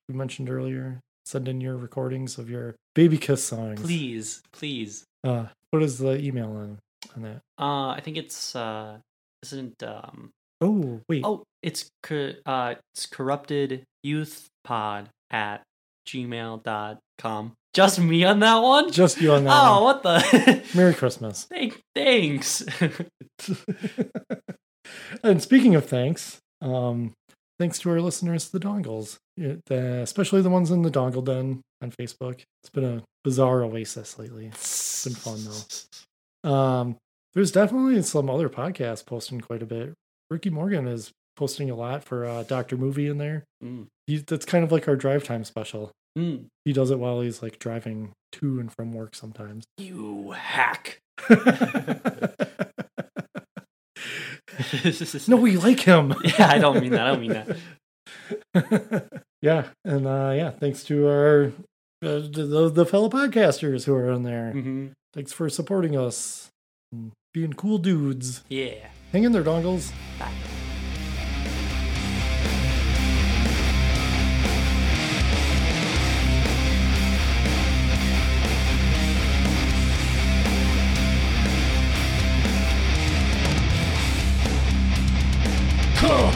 we mentioned earlier, send in your recordings of your baby kiss songs.
Please, please.
Uh, what is the email on on that?
Uh, I think it's uh, isn't um.
Oh wait,
Oh, it's cor- uh, it's corrupted youth pod at gmail.com. Just me on that one.
just you on that. one.
oh, what the.
Merry Christmas.
Thank, thanks.
and speaking of thanks, um, thanks to our listeners, the dongles, Yeah, the- especially the ones in the dongle den on Facebook. It's been a bizarre oasis lately. It's been fun though. Um, there's definitely some other podcasts posting quite a bit. Ricky Morgan is posting a lot for uh, Doctor Movie in there.
Mm.
He, that's kind of like our drive time special.
Mm.
He does it while he's like driving to and from work sometimes.
You hack.
no, we like him.
Yeah, I don't mean that. I don't mean that.
that. yeah, and uh, yeah, thanks to our uh, the, the fellow podcasters who are on there.
Mhm.
Thanks for supporting us, and being cool dudes.
Yeah.
Hang in there, dongles.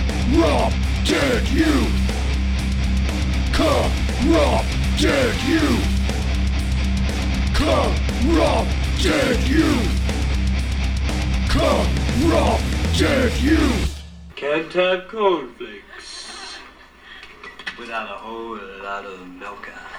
Corrupted you! Corrupted you! Corrupted you! Corrupted you!
Can't have cornflakes without a whole lot of milk uh, on it.